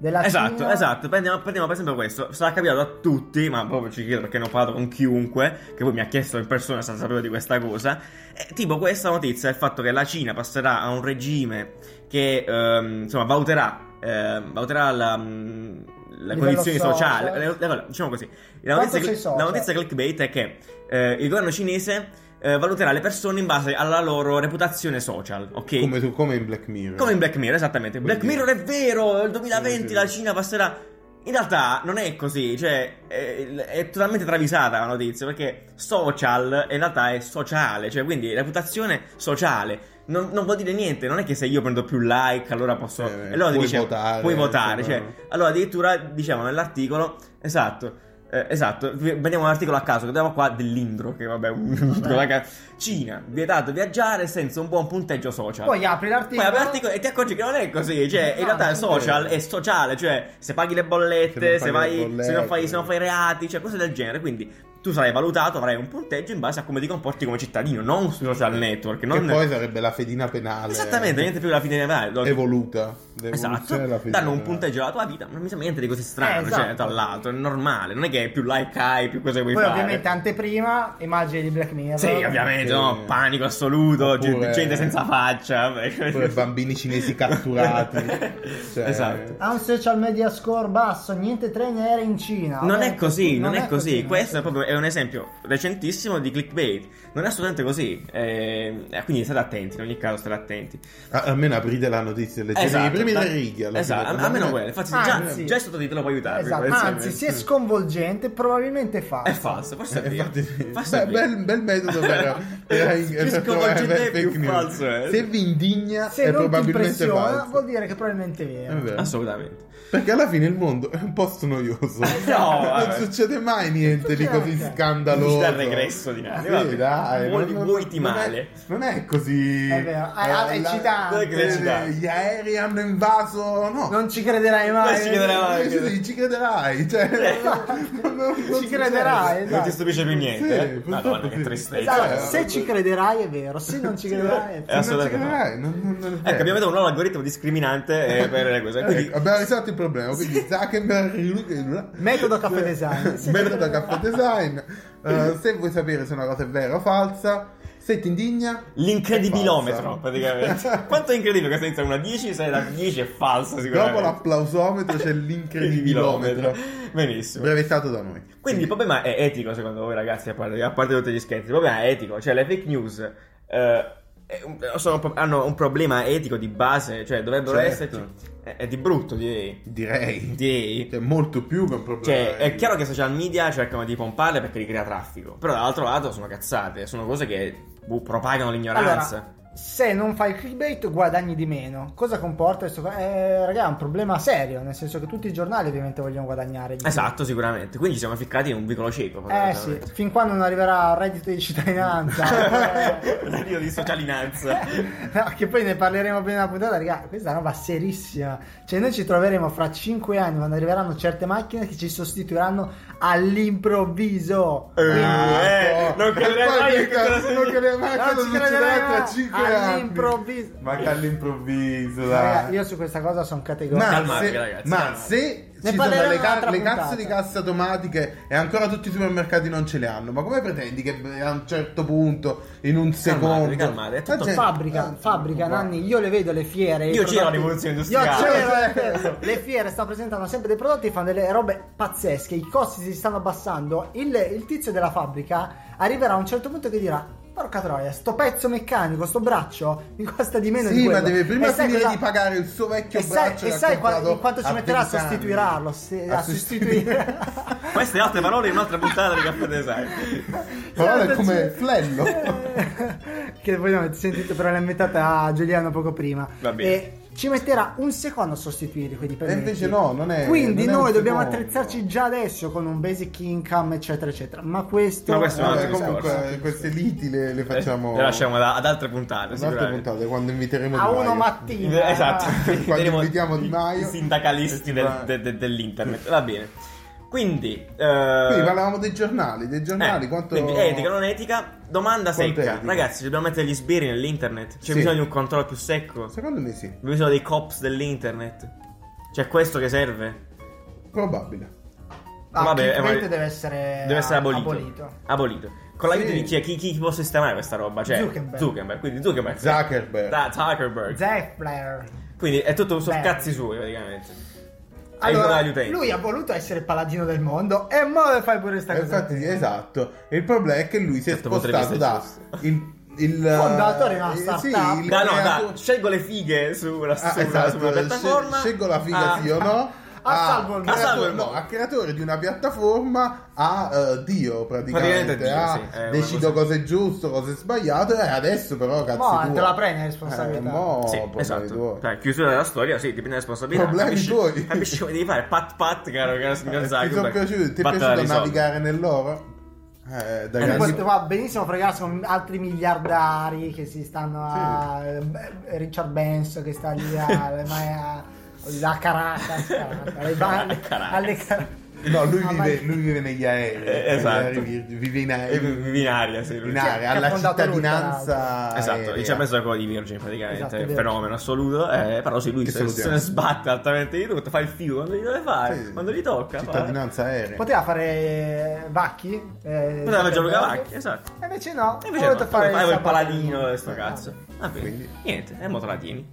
Della
Esatto,
Cina.
esatto. Prendiamo, prendiamo per esempio questo. Sarà capitato a tutti, ma proprio ci chiedo perché ne ho parlato con chiunque, che poi mi ha chiesto in persona se sapevo di questa cosa. Eh, tipo questa notizia, il fatto che la Cina passerà a un regime che ehm, insomma vauterà, ehm, vauterà la, mm, le
Livello
condizioni
social.
sociali. le- le- le- diciamo così. La
Quanto
notizia,
sei
la
social?
notizia clickbait è che eh, il governo cinese eh, valuterà le persone in base alla loro reputazione social, ok?
Come, tu- come in Black Mirror.
Come in Black Mirror, esattamente. Black
Quindi-
Mirror è vero, il
Sì,
2020
sì.
la Cina passerà. In realtà non è così, cioè è, è totalmente travisata la notizia, perché social in realtà è sociale, cioè quindi reputazione sociale. Non, non vuol dire niente, non è che se io prendo più like allora posso...
Eh,
e allora ti
puoi
dice,
votare,
Puoi votare,
insomma.
cioè... Allora addirittura dicevano nell'articolo, esatto, eh, esatto, vi- vediamo un articolo a caso che abbiamo qua dell'Indro, che vabbè,
Eh.
un- raga, Cina, vietato viaggiare senza un buon punteggio social.
Poi apri l'articolo.
Poi apri l'articolo e ti accorgi che non è così, cioè in
No,
realtà
non
il
è
social
vero.
è sociale, cioè se paghi le bollette,
Se non
se,
paghi
vai,
le
se, non fai,
bollette.
se non fai reati, cioè cose del genere, quindi tu sarai valutato, avrai un punteggio in base a come ti comporti come cittadino, non sui social network,
Che
non...
poi sarebbe la fedina penale.
Esattamente, niente più la fine lo-
Evoluta. L'evoluzione
Esatto,
della fedina
danno un
penale.
punteggio alla tua vita, ma non mi sembra niente di così strano,
Eh, esatto.
cioè, tra l'altro, è normale, non è che più like hai, più cose vuoi
Poi
fare.
ovviamente anteprima, immagini di Black Mirror.
Sì, ovviamente,
Sì.
no, panico assoluto,
Oppure-
gente, gente senza faccia.
Oppure bambini cinesi catturati. Cioè,
Esatto.
Ha un social media score basso, niente trainer in Cina.
Non
Vabbè,
è così, non, è, così.
no?
Questo è proprio è un esempio recentissimo di clickbait. Non è assolutamente così. Eh, quindi state attenti, in ogni caso state attenti.
A- almeno aprite la notizia, leggete i primi
da-
tre righe. alla
Esatto,
fine.
a- almeno quello. Infatti, già,
Anzi.
già il sottotitolo può aiutarvi.
Esatto,
potenzialmente.
anzi, se è sconvolgente, probabilmente fa.
È falso, forse è
Eh,
vero.
infatti,
Forse è
beh,
vero.
bel, bel metodo per, per,
Più
per
sconvolgente
trovare
e più
fake news.
falso, eh.
Se vi indigna
Se
è
non ti
probabilmente
impressiona,
falso.
vuol dire che probabilmente è vero.
È vero.
Assolutamente.
Perché alla fine il mondo è un posto noioso.
No,
non
vabbè.
succede mai niente di
Succede
così
anche.
scandaloso.
Vita al regresso di
cioè,
Nani,
Sì,
vabbè.
dai,
Vuoi-
non- non-
vuoi ti
non è-
male.
Non è così. eh,
È vero, è- è eccitante.
Non è che è eccitante.
Gli aerei hanno invaso. No,
Non ci crederai mai.
Non ci crederai mai.
Eh, sì, ci crederai. Cioè, non- non- non
Ci crederai,
succede.
esatto.
Non ti stupisce più niente.
Sì,
eh?
purtroppo
Madonna, che
sì.
tristezza.
Esatto,
Eh,
se ci crederai è vero, se non ci crederai è
Eh,
vero.
Se Non ci
assolutamente no.
crederai. Non, non- non è vero.
Ecco, abbiamo dato un nuovo algoritmo discriminante eh, per le cose. Quindi,
Ecco, abbiamo risolto il problema. Quindi Zuckerberg, lui-
Metodo caffè design. Se
Bello
ci crederai-
da caffè design. Eh, se vuoi sapere se una cosa è vera o falsa, se ti indigna,
L'incredibilometro,
Falsa.
praticamente. Quanto è incredibile che senza una 10, se la 10 è falsa, sicuramente.
dopo l'applausometro c'è l'incredibilometro.
Benissimo.
Brevettato da noi.
Quindi il problema è etico, secondo voi, ragazzi, a parte, a parte tutti gli scherzi. Il problema è etico, cioè le fake news. eh, è un- sono un pro- hanno un problema etico di base, cioè dovrebbero
Certo.
esserci. È, è di brutto, direi.
direi.
Direi.
Cioè, molto più che un problema.
Cioè, è chiaro che i social media cercano di pomparle perché li crea traffico. Però dall'altro lato sono cazzate, sono cose che boh, propagano l'ignoranza.
Allora, se non fai il clickbait guadagni di meno. Cosa comporta questo? qua? Eh, raga, è un problema serio, nel senso che tutti i giornali ovviamente vogliono guadagnare. di più.
Esatto, sicuramente. Quindi siamo ficcati in un vicolo cieco.
Eh sì,
fondamentalmente.
fin quando non arriverà il reddito di cittadinanza. eh,
Un reddito di socialinanza.
No, che poi ne parleremo bene nella puntata, raga, questa è una roba serissima. Cioè, noi ci troveremo fra 5 anni quando arriveranno certe macchine che ci sostituiranno all'improvviso.
Eh,
Ah,
Quindi-
eh, non crederai mai che cosa
non
succede.
crederai mai
Non
cosa
ci
succederà
crederai
tra
mai.
5 anni.
All'improvviso.
Ma che all'improvviso,
Raga,
dai.
io su questa cosa sono categorico.
Ma
Calmatevi,
se,
ragazzi,
ma
calmatevi.
se
Ne
ci sono
parleremo
le, ca-
un'altra
le
puntata.
cazzo di casse automatiche e ancora tutti i supermercati non ce le hanno, ma come pretendi che a un certo punto, in un secondo,
calmate, è tutto
La gente-
Cioè, Fabbrica,
Ah,
fabbrica,
guarda.
Nanni, io le vedo le fiere. i
Io c'ero alla
prodotti-
rivoluzione
Io
industriale.
c'ero
Cioè,
le fiere. Le fiere stanno presentando sempre dei prodotti, fanno delle robe pazzesche, i costi si stanno abbassando. Il, il tizio della fabbrica arriverà a un certo punto che dirà: Porca troia, sto pezzo meccanico, sto braccio mi costa di meno di
Sì, ma
quello."
deve
E
prima
sai
finire
cosa-
di pagare il suo vecchio
E sai,
braccio.
e
che ha
sai qua-
comprato
quanto ci metterà a
20 anni.
sostituirarlo? se- a sostituire.
Queste altre parole in un'altra puntata di Caffè Design.
Però è
Guardaci.
come flello.
che voi non avete sentito, però l'ha inventata a Giuliano poco prima.
Va bene.
E ci metterà un secondo a sostituire quei dipendenti.
E Eh, invece no, non è-
Quindi
non è
noi
un
dobbiamo
secondo.
attrezzarsi già adesso con un basic income, eccetera, eccetera. Ma questo.
Ma questo è un altro
Vabbè, Eh, comunque, queste liti le, le facciamo.
Le lasciamo ad, ad altre puntate,
in altre
sicuramente.
puntate quando inviteremo
A
Di
uno
Maio.
mattina.
Esatto.
Quando
Vedremo
invitiamo Di Maio. Esatto.
I sindacalisti del- de- de- dell'internet. Va bene. Quindi... eh,
Quindi parlavamo dei giornali, dei giornali,
eh,
quanto
quindi etica, non etica. Domanda
Quanto
secca.
etica?
Ragazzi, dobbiamo mettere gli sbirri nell'internet? C'è
Sì.
bisogno di un controllo più secco?
Secondo me sì,
Abbiamo bisogno dei cops dell'internet. Cioè, questo che serve?
probabile.
Ah,
Vabbè,
clickbait
eh, vabbè.
deve essere,
Deve essere
a-
abolito.
abolito.
Abolito. Con l'aiuto
Sì.
di chi, chi, chi può sistemare questa roba? Cioè,
Zuckerberg.
Quindi Zuckerberg.
Zuckerberg.
Da Zuckerberg.
Zeffler.
Quindi è tutto su
Beh.
cazzi suoi praticamente.
Allora,
aiutare gli utenti.
lui ha voluto essere il paladino del mondo e mo le fai pure questa
Eh,
cosa.
Infatti, esatto. E il problema è che lui si è
Certo, potrebbe
spostato
essere
da
giusto.
il, il
Fondatore di una
eh,
startup.
Sì, il
Da, no,
creato-
da, scelgo le fighe su una,
Ah,
su una-
esatto,
su una piattaforma.
scel- scelgo la figa
Ah,
sì o no.
A salvo il mondo.
creatore-
A salvo il
no,
mondo.
a creatore di una piattaforma a eh, Dio
Praticamente
praticamente,
Dio,
a
sì, è una
decido
cosa-
cose giuste, cose sbagliate e adesso però cazzo
Mo'
tua.
te la prendi la responsabilità.
Eh, mo,
Sì,
problemi
esatto.
tuoi.
Cioè, chiusura della storia, sì, ti prendi la responsabilità.
Problemi
capisci,
tuoi.
Capisci come devi fare? Pat pat, caro, caro signor
Eh,
Zuckerberg.
ti sono piaciuti? Ti è
Battaglia
piaciuto
risolta.
navigare nell'oro? Eh, da
E
grandi-
poteva benissimo fregarsi con altri miliardari che si stanno a eh, Richard Benson che sta lì a, ma a, a Caracas, Caracas, alle ban-
Caracas.
alle Car-
No, lui
Ah,
vive,
vai.
lui vive negli aerei.
Eh, esatto.
Vive, vive in
E
aerei.
vivi in aria, sì. lui.
in
Che-
aria,
che ha
alla
fondato lui, tra
cittadinanza.
Esatto,
aerea.
e ci ha messo la coda di Virgin praticamente,
Esatto,
è un
Virgin.
fenomeno assoluto, eh, però sì, lui
Che
se,
salutiamo.
se ne sbatte altamente di tutto, fa il figo quando gli deve fare,
Sì.
quando gli tocca. fa.
Cittadinanza aerea.
Poteva fare eh, Vacchi? Eh,
Poteva fare Gianluca
Zuckerberg?
Vacchi, esatto.
E invece no,
E invece
ha voluto
no, fare
il
il
sabato.
paladino e sto
Eh,
cazzo. Va bene.
Quindi-
Niente, e mo te la tieni.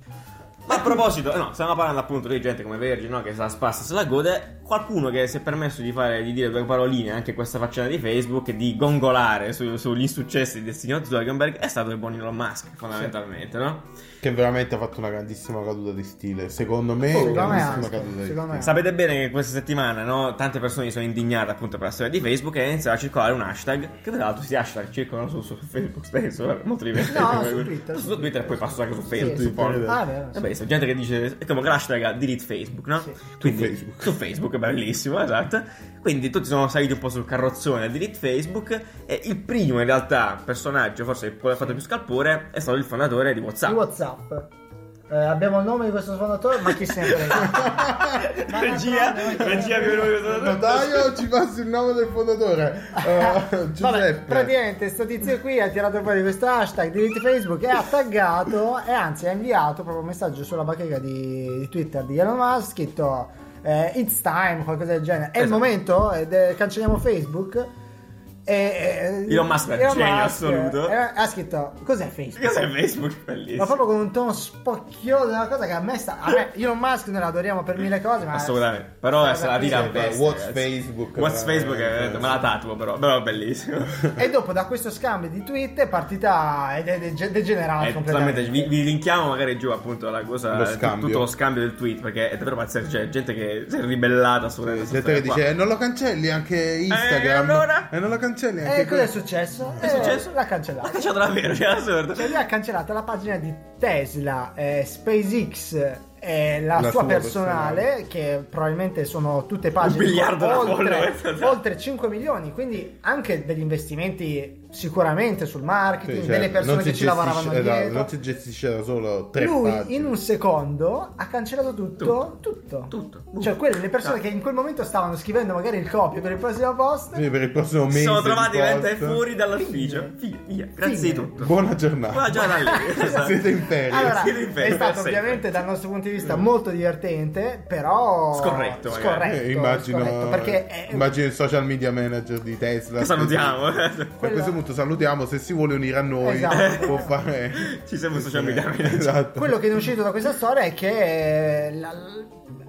Ma a proposito, no, stiamo parlando appunto di gente come Vergine, no, che se la spassa, se la gode. Qualcuno che si è permesso di, fare, di dire due paroline anche in questa faccenda di Facebook, e di gongolare su- sugli insuccessi del signor Zuckerberg, è stato il buon Elon Musk, fondamentalmente, no?
Che veramente ha fatto una grandissima caduta di stile. Secondo me,
Secondo
una
me
grandissima
anche,
caduta Eh, di
secondo
stile.
me.
Sapete bene che questa settimana no, tante persone sono indignate appunto per la storia di Facebook e è iniziato a circolare un hashtag che tra l'altro questi hashtag circolano su, su Facebook stesso, è molto divertente.
No,
Come-
su Twitter.
Su Twitter poi passo anche su Facebook.
Sì,
su
sì.
Pornhub.
Ah, è vero, sì.
Vabbè, c'è gente che dice è come che l'hashtag delete Facebook, no?
Sì.
Quindi,
Su Facebook.
Su Facebook, è bellissimo, esatto. Quindi tutti sono saliti un po' sul carrozzone del delete Facebook e il primo in realtà personaggio, forse quello che ha fatto più scalpore, è stato il fondatore di WhatsApp.
Di WhatsApp. Eh, abbiamo il nome di questo fondatore, ma chi se ne frega? Ma
regia,
d'altronde-
regia più veloce del fondatore.
Notaio, ci passa il nome del fondatore. Eh,
Vabbè,
Giuseppe.
praticamente sto tizio qui ha tirato fuori questo hashtag di Facebook e ha taggato e anzi ha inviato proprio un messaggio sulla bacheca di, di Twitter di Elon Musk scritto eh, it's time, qualcosa del genere. È il
Esatto.
momento, ed è- cancelliamo Facebook. E, e-
Elon Musk è un genio assoluto.
eh, ha scritto cos'è Facebook?
Cos'è Facebook?
Ma
Bellissimo.
proprio con un tono spocchioso, una cosa che a me sta. A me, Elon Musk noi lo adoriamo per mille cose, ma.
Assolutamente. Però è la tira a
Sì,
bestia,
What's
ragazzi.
Facebook?
What's Facebook?
Eh, Ah,
eh, Me la tatuo però. Però è bellissimo.
E dopo da questo scambio di tweet è partita ed è dege- degenerata
È
completamente.
Eh, totalmente- vi, vi linkiamo magari giù appunto alla cosa. eh,
Lo
tu-
scambio.
Tutto lo scambio del tweet. Perché è davvero pazzesco. C'è gente che si è ribellata assolutamente.
Il
a
che
questa
dice:
storia
"Eh, Non lo cancelli anche Instagram.
Eh, allora?
Eh, non lo cancelli anche.
E cosa è successo?
qua.
Eh,
È successo?
L'ha
L'ha
cancellata.
cacciato davvero, cioè è assurdo.
Cioè lui ha cancellato la pagina di Tesla, eh, SpaceX e la,
La
sua,
sua
personale, che probabilmente sono tutte pagine
Un miliardo da
oltre,
follower.
oltre 5 milioni, quindi anche degli investimenti sicuramente sul marketing,
Sì, certo.
delle persone
Non si
che ci
gestisce-
lavoravano
esatto,
dietro.
Non si gestisce da solo tre
Lui
pagine.
in un secondo ha cancellato tutto, tutto.
Tutto. Ah.
Cioè quelle le persone che in quel momento stavano scrivendo magari il copio per il prossimo post.
Sì, per il prossimo
Si
mese.
sono
di
trovati veramente
post.
fuori dall'ufficio. Figlia, via, Grazie di
Fine.
tutto.
Buona giornata.
Buona giornata a lei. esatto.
Siete in ferie.
Allora,
Sì, sì,
è stato
sì.
ovviamente dal nostro punto di vista molto divertente, però
Scorretto, magari.
scorretto,
Eh, immagino,
scorretto, perché è-
immagino il social media manager di Tesla.
Che salutiamo.
A questo punto salutiamo, se si vuole unire a noi
Esatto.
può fare...
Ci siamo social media manager.
Esatto.
quello che è uscito da questa storia è che eh, la-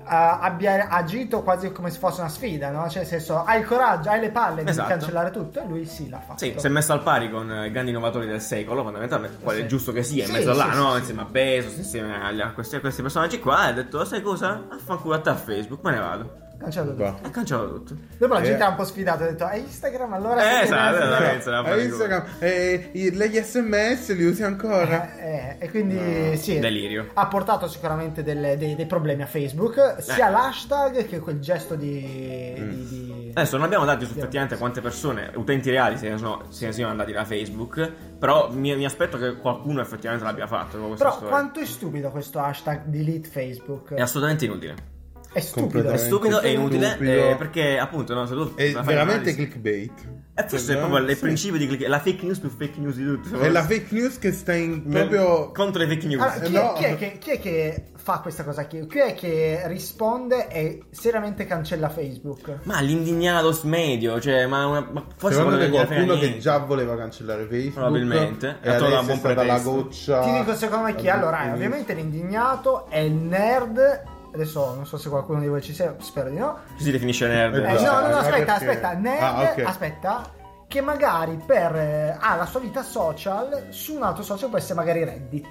a- abbia agito quasi come se fosse una sfida, no? Cioè, nel senso, hai il coraggio, hai le palle
Esatto.
di cancellare tutto e lui sì l'ha fatto.
Sì, si è messo al pari con eh, grandi innovatori del secolo, fondamentalmente, quale è
Sì.
giusto che sia, in
Sì,
mezzo
sì,
là,
sì,
no?
sì.
insieme a Bezos, insieme agli- a questi, a questi personaggi qua, e ha detto, sai cosa? Affanculo a te a Facebook, me ne vado.
Cancellato tutto.
Va.
E ha cancellato tutto.
Dopo la
Eh.
gente ha un po' sfidato, ha detto, è Instagram allora...
Eh,
sì,
esatto,
eh,
esatto.
sì,
se la fa
Eh,
di
Instagram, eh, i- le- gli sms li usi ancora?
eh, eh, e quindi sì,
Delirio.
ha portato sicuramente delle- dei, dei problemi a Facebook,
Eh.
sia l'hashtag che quel gesto di... di- di-
Mm. Adesso non abbiamo dati su effettivamente quante persone, utenti reali, se ne sono, se ne siano andati da Facebook, però mi, mi aspetto che qualcuno effettivamente l'abbia fatto. con questa
Però
storia.
quanto è stupido questo hashtag delete Facebook?
È assolutamente inutile.
È stupido.
È
Veramente
stupido e inutile
stupido.
eh, perché appunto no, se tu
È
la fai
veramente
un'analisi-
clickbait.
Eh, questo è
Cioè,
proprio il
Esatto.
sì.
principio di click- la fake news più fake news di tutto.
È la fake news che sta in
Nel-
proprio...
contro le fake news.
Allora, chi,
No.
è, chi è che, chi è che fa questa cosa qui? Chi è che risponde e seriamente cancella Facebook?
Ma l'indignato smedio, cioè, ma, una, ma forse
Secondo me
quello che
qualcuno che
niente.
già voleva cancellare Facebook
Probabilmente.
e
Ha trovato
adesso è
un buon
stata la
pretesto.
goccia
eh, Ti dico secondo me chi è? Allora, è ovviamente l'indignato, è il nerd Adesso non so se qualcuno di voi ci sia, spero di no.
Così definisce nerd.
Eh,
Esatto.
no, no, no,
ma
aspetta,
perché-
aspetta, nerd,
Ah, ok.
aspetta, che magari per eh, ha la sua vita social su un altro social può essere magari Reddit,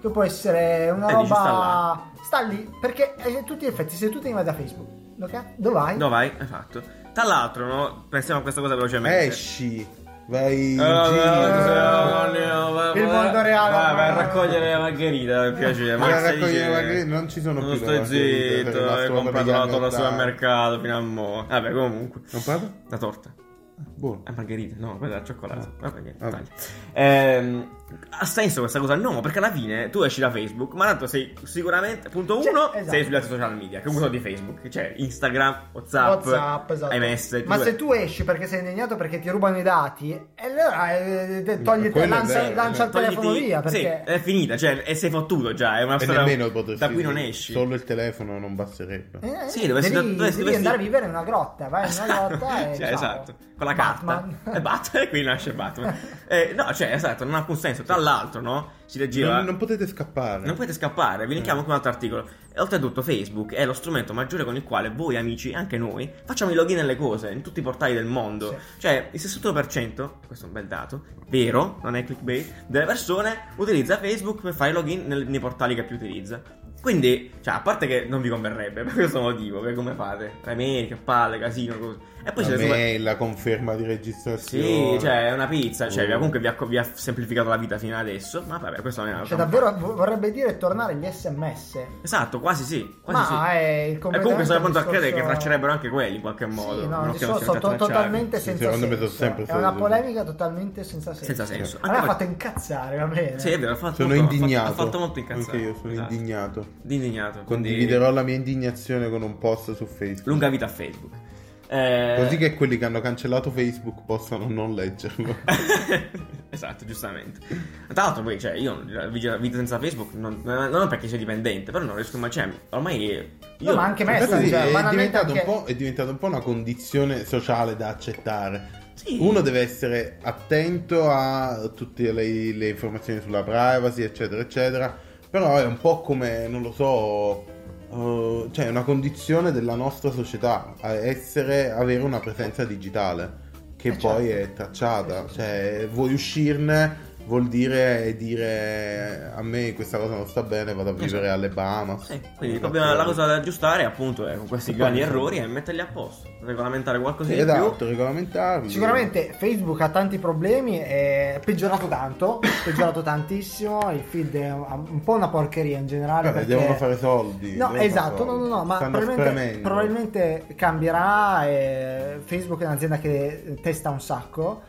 che può essere una
Eh, dici,
roba
sta là.
sta lì, perché eh, a tutti gli effetti se tu ti vai da Facebook, ok? Dove vai?
No, vai, hai fatto. Tra l'altro, no, pensiamo a questa cosa velocemente.
Eh, Esci, vai in
Eh, vabbè, vabbè,
giro.
vabbè, vabbè, vabbè.
Il mondo reale.
eh, Vai, vai a raccogliere la margherita, per piacere.
Vai
Ma
a
stai
raccogliere
zitto.
la margherita, non ci sono
non
più le
sto
margherite, perché
zitto,
la
hai
stavano
comprato la
tagliando
torta
da-
al supermercato fino a mo'. Vabbè, comunque.
Non parlo?
La torta.
Buono.
È margherita, no, quella al cioccolato.
Ah,
Vabbè, niente,
Vabbè.
taglia. Ehm, ha senso questa cosa? No, perché alla fine tu esci da Facebook, ma tanto sei sicuramente, punto
Cioè,
uno,
esatto.
sei sugli altri social media, che uso di Facebook, cioè Instagram, Whatsapp,
WhatsApp, esatto.
eh,
iMessage.
Ma se tu esci perché sei indignato perché ti rubano i dati, e allora eh, te- togli,
quello è
lancia,
vero, eh.
lancia il
Togliti-
telefono via
Sì,
perché
è finita, cioè, e sei fottuto già, è una
E
storia
nemmeno potresti
da cui non esci.
Solo il telefono non basterebbe.
Eh,
Sì, dovessi-
devi,
dovessi-
devi
dovessi-
andare a vivere in una grotta, vai in Eh, una grotta e
Cioè,
ciao.
esatto, con la
Batman. Cioè,
carta. E Batman, e qui nasce Batman. Eh, no, cioè, esatto, non ha alcun senso. Tra l'altro, no? Si leggeva...
Non, non potete scappare.
Non potete scappare, vi linkiamo anche un altro articolo. E oltretutto, Facebook è lo strumento maggiore con il quale voi, amici, e anche noi, facciamo i login alle cose in tutti i portali del mondo. Cioè, il 61%, questo è un bel dato, vero, non è clickbait, delle persone utilizza Facebook per fare i login nel- nei portali che più utilizza. Quindi, cioè, a parte che non vi converrebbe, per questo motivo, che come fate? La mail, che palle, casino, cose. E poi
la
siete super-
mail, la conferma di registrazione.
Sì, cioè, è una pizza, cioè,
Oh.
comunque vi ha, vi ha semplificato la vita fino adesso, ma vabbè, questo non è una
Cioè, davvero vo- vorrebbe dire tornare gli sms.
Esatto, quasi sì. Quasi
Ma
sì.
è il
e comunque sono pronto a
completamente
credere che
discorso-
traccerebbero anche quelli in qualche modo.
Sì, no,
non
il
che non
discorso
siano
to-
tracciabili.
totalmente
Sì,
senza
secondo me sono
senso.
sempre
è una
solo-
polemica totalmente senza senso.
Senza senso.
A me ha
Anche-
fatto incazzare, va bene.
Sì, è vero, ha fatto
Sono
molto- ha fatto-
indignato.
Ha fatto molto incazzare.
Anche io sono
Esatto.
indignato.
Indignato. quindi
Condividerò la mia indignazione con un post su Facebook.
Lunga vita a Facebook. Eh,
Così che quelli che hanno cancellato Facebook possano non leggerlo.
esatto, giustamente. Tra l'altro, poi, cioè, io la vita vita senza Facebook non, non perché sei dipendente, però non riesco a. Cioè, ormai. Io,
No, ma anche me,
Infatti
scusa,
è,
banalmente
diventato un
anche-
po', è diventato un po' una condizione sociale da accettare.
Sì.
Uno deve essere attento a tutte le, le informazioni sulla privacy, eccetera, eccetera. Però è un po' come, non lo so, eh, cioè è una condizione della nostra società, a essere, avere una presenza digitale che
Eh,
poi
certo.
è tracciata. Cioè vuoi uscirne vuol dire dire a me questa cosa non sta bene, vado a vivere alle Bahamas.
Sì, quindi il problema- la cosa da aggiustare, appunto, è con questi
E poi-
grandi errori e metterli a posto. Regolamentare qualcosa
Sì,
di più.
esatto, regolamentarlo.
Sicuramente Facebook ha tanti problemi, è peggiorato tanto, peggiorato tantissimo, il feed è un po' una porcheria in generale.
Vabbè,
perché-
devono fare soldi.
No,
devono
esatto,
fare
no, no,
soldi.
no, ma
Stanno
probabilmente,
spremendo.
probabilmente cambierà, eh, Facebook è un'azienda che testa un sacco,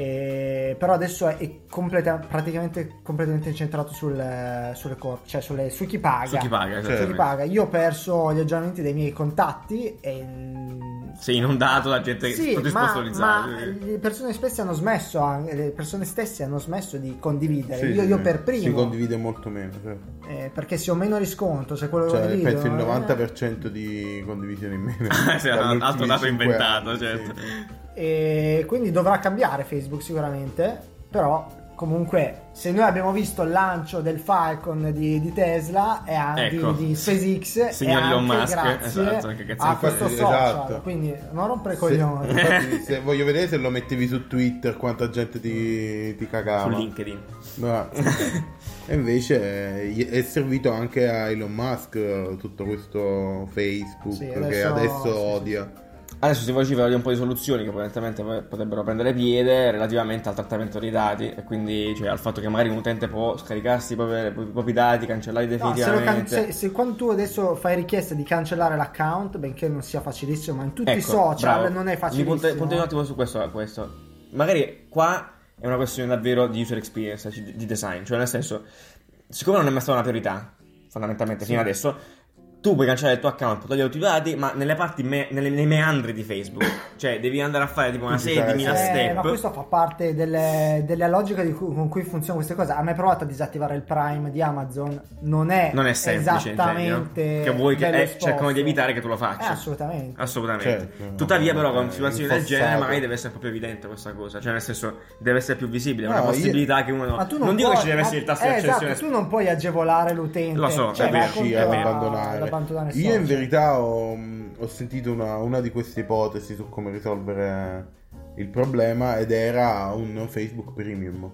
eh, però adesso è, è completa- praticamente completamente incentrato sul, eh, sulle cor- cioè sulle- su chi paga.
Su chi paga,
Cioè,
Su chi
esattamente.
paga. Io ho perso gli aggiornamenti dei miei contatti e... mm,
Sei inondato da gente
sì,
tutti
ma,
sponsorizzati.
ma le persone stesse hanno smesso anche- le persone stesse hanno smesso di condividere
Sì,
io,
sì,
io
sì.
per
Si
primo
condivide molto meno. Cioè,
eh, perché se ho meno riscontro se quello
Cioè,
condivido
penso il
eh,
90% di condivisione in meno.
Sì, era un altro
Dagli ultimi
dato
cinque
inventato,
anni,
certo.
sì.
E quindi dovrà cambiare Facebook sicuramente, però comunque se noi abbiamo visto il lancio del Falcon di, di Tesla e anche
Ecco.
di, di SpaceX,
Signor
e anche
Elon Musk,
grazie
esatto, anche grazie
a
a
questo
quello,
social,
esatto.
quindi non rompere i
Se-
coglioni.
infatti, se voglio vedere se lo mettevi su Twitter quanta gente ti, ti
Su
cagava.
LinkedIn.
No. e invece eh, gli- è servito anche a Elon Musk eh, tutto questo Facebook
Sì,
che
adesso-
adesso
sì, sì, sì.
odia.
Adesso si vocifera di un po' di soluzioni che potenzialmente potrebbero prendere piede relativamente al trattamento dei dati e quindi cioè, al fatto che magari un utente può scaricarsi i propri, i propri dati, cancellarli
No, se, lo can-
definitivamente.
se- se quando tu adesso fai richiesta di cancellare l'account, benché non sia facilissimo, ma in tutti i
Ecco,
social
bravo.
non è
Mi
facilissimo. eh.
punte- punti un attimo su questo, a questo. Magari qua è una questione davvero di user experience, cioè di design. Cioè, nel senso, siccome non è mai stata una priorità, fondamentalmente, fino adesso, tu puoi cancellare il tuo account, puoi togliere tutti i tuoi dati, ma nelle parti, me- nelle- nei meandri di Facebook. cioè, devi andare a fare tipo una
Sì,
serie di
sì,
mila
sì.
Eh,
step.
ma questo fa parte delle, della logica di cui- con cui funzionano queste cose. Ha mai provato a disattivare il Prime di Amazon? Non è,
Non è semplice,
esattamente
intendi, no? Che vuoi che
bello
eh,
esposto.
cercano di evitare che tu lo
Eh,
faccia. Ah,
assolutamente.
Assolutamente.
Certo,
Tuttavia, però, con
eh,
situazioni del
infossato.
genere, magari deve essere proprio evidente questa cosa. Cioè, nel senso, deve essere più visibile. È una
No, io-
possibilità che uno.
Ma tu non,
dico
puoi-
che ci deve essere il tasto
eh,
di accezione.
esatto, tu non puoi agevolare l'utente.
Lo so,
cioè,
è
vai
vero,
contro
è vero.
la-
Abbandonare.
la quanto danno i
eh, Io in
social.
verità ho, ho sentito una, una di queste ipotesi su come risolvere il problema ed era un Facebook premium.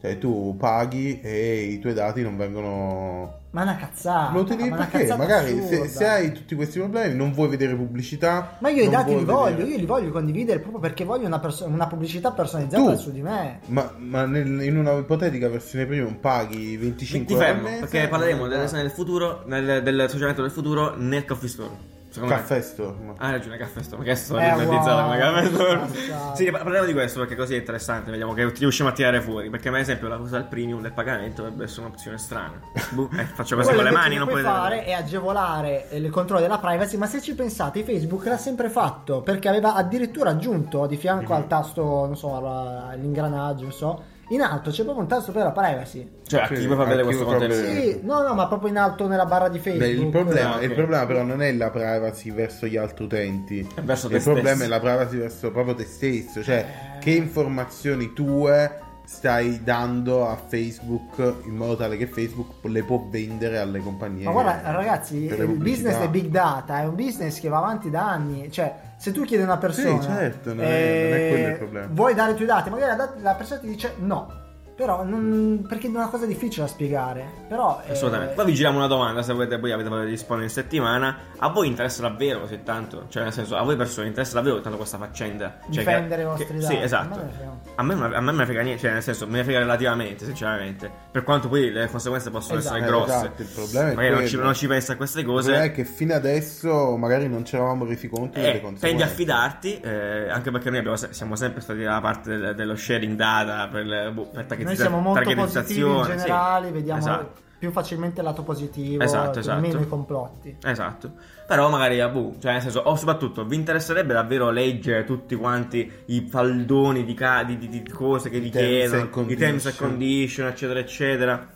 Cioè tu paghi e i tuoi dati non vengono...
Ma è una cazzata.
Lo
Ah,
utilizzi
ma è una
perché
cazzata
magari
assurda.
se, se hai tutti questi problemi non vuoi vedere pubblicità.
Ma io i
non
dati
vuoi
li voglio,
vedere-
io li voglio condividere proprio perché voglio una, perso- una pubblicità personalizzata
Tu.
su di me.
Ma, ma nel- in una ipotetica versione premium paghi
Ti
25 euro al
fermo,
mese,
perché parleremo delle
Ah,
design del futuro, nel- del sociamento del futuro nel Coffee Store. Secondo me.
Caffè Store. ma-
Ah, hai ragione, caffè store, perché sto
Eh,
immediatizzato
wow,
come
Ah,
caffè store.
cazzate.
Sì, par- parliamo di questo perché così è interessante, vediamo che riusciamo a tirare fuori. Perché, ad esempio, la cosa del premium del pagamento dovrebbe essere un'opzione strana. Boh, eh, faccio così
Quello
con le
che
mani,
tu
non puoi
puoi fare è agevolare eh, il controllo della privacy, ma se ci pensate, Facebook l'ha sempre fatto perché aveva addirittura aggiunto di
Mhm.
fianco al tasto, non so, alla- all'ingranaggio, non so, in alto c'è proprio un tasto per la privacy.
Cioè, a
Sì,
chi può far
a
vedere
chi
questo
può far
contenuto?
vedere.
Sì, no, no, ma proprio in alto nella barra di
Beh,
Facebook.
il, problema,
Ah, ok.
il problema però non è la privacy verso gli altri utenti,
È verso te
il problema
stesso.
è la privacy verso proprio te stesso, cioè che informazioni tue stai dando a Facebook in modo tale che Facebook le può vendere alle compagnie.
Ma guarda, ragazzi,
per le
il
pubblicità.
business è big data, è un business che va avanti da anni. Cioè, se tu chiedi a una persona, eh,
Sì, certo, non è- non è quello il problema.
Vuoi dare i tuoi dati, magari la, dat- la persona ti dice no. Però non, perché è una cosa difficile da spiegare. Però eh,
Assolutamente. Poi vi giriamo una domanda, se volete voi avete voglia di rispondere in settimana. A voi interessa davvero così tanto? Cioè, nel senso, a voi persone interessa davvero tanto questa faccenda? Cioè, che-
difendere i vostri
che-
dati.
Sì, esatto.
Ma no, no.
A me, non- a me me frega niente, cioè nel senso me ne frega relativamente, sinceramente. Per quanto poi le conseguenze possono
Esatto.
essere
Eh,
grosse.
esatto, il problema è
Magari non ci,
quello.
non ci pensa a queste
Il problema è
cose.
Cioè, che fino adesso magari non ci eravamo resi conto delle
E
conseguenze.
tendi Eh, a fidarti, eh, anche perché noi abbiamo se- siamo sempre stati dalla parte del- dello sharing data per, le- boh, per targetizza-
Noi siamo molto positivi in
targetizzazione, sì.
generale, vediamo
Esatto.
più facilmente il lato positivo,
Esatto, esatto.
meno i complotti.
Esatto, però magari ah, boh, cioè nel senso, o soprattutto vi interesserebbe davvero leggere tutti quanti i faldoni di, ca- di- di- di cose che vi
terms
chiedono,
and
i
condition.
terms and condition, eccetera, eccetera,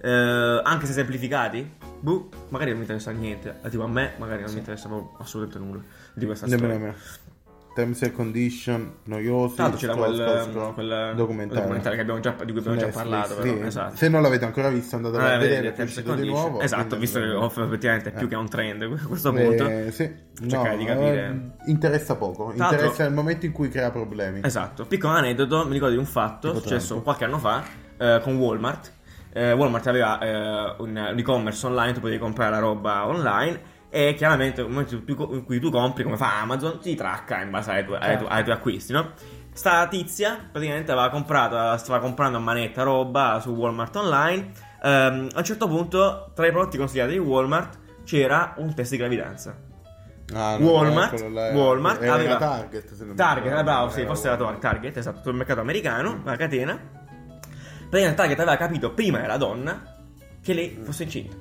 Eh, anche se semplificati? Boh, magari non mi interessa niente, Eh, tipo a me magari non mi interessa proprio assolutamente nulla di questa
Nemmeno a
storia.
me. Terms and condition, noiosi.
Tra l'altro c'era
scroll,
quel,
scroll, scroll,
quel
documentario.
che abbiamo già, di cui abbiamo
Su
già
Netflix,
parlato,
sì.
però, esatto.
Se non l'avete ancora visto, andate
Allora,
a vedere
vedete,
perché è
Eh, terms and
uscito di
condition.
nuovo.
Esatto,
quindi
visto che
andate a
off effettivamente è più
Eh.
che un trend a questo punto.
vedere. Eh, sì.
cercare
No,
di capire.
eh, interessa poco.
Tra l'altro-
interessa il momento in cui crea problemi.
Esatto, piccolo aneddoto, mi ricordo di un fatto
Tipo
successo
Trump.
qualche anno fa eh, con Walmart. Eh, Walmart aveva eh, un, un e-commerce online, tu potevi comprare la roba online e chiaramente nel momento in cui tu- in cui tu compri, come fa Amazon, ti tracca in base ai, tuoi-
Certo.
ai tu- ai tuoi acquisti, no? Sta tizia praticamente aveva comprato, stava comprando a manetta roba su Walmart online. Ehm, a un certo punto, tra i prodotti consigliati di Walmart c'era un test di gravidanza.
Ah, no,
Walmart,
quello là era-
Walmart
era
aveva
Target. Se non mi
Target,
sbaglio, Mm.
era bravo, sì,
era
forse era Target, Target, esatto, il mercato americano, la catena. Praticamente Target aveva capito prima della donna che
Mm.
lei fosse incinta.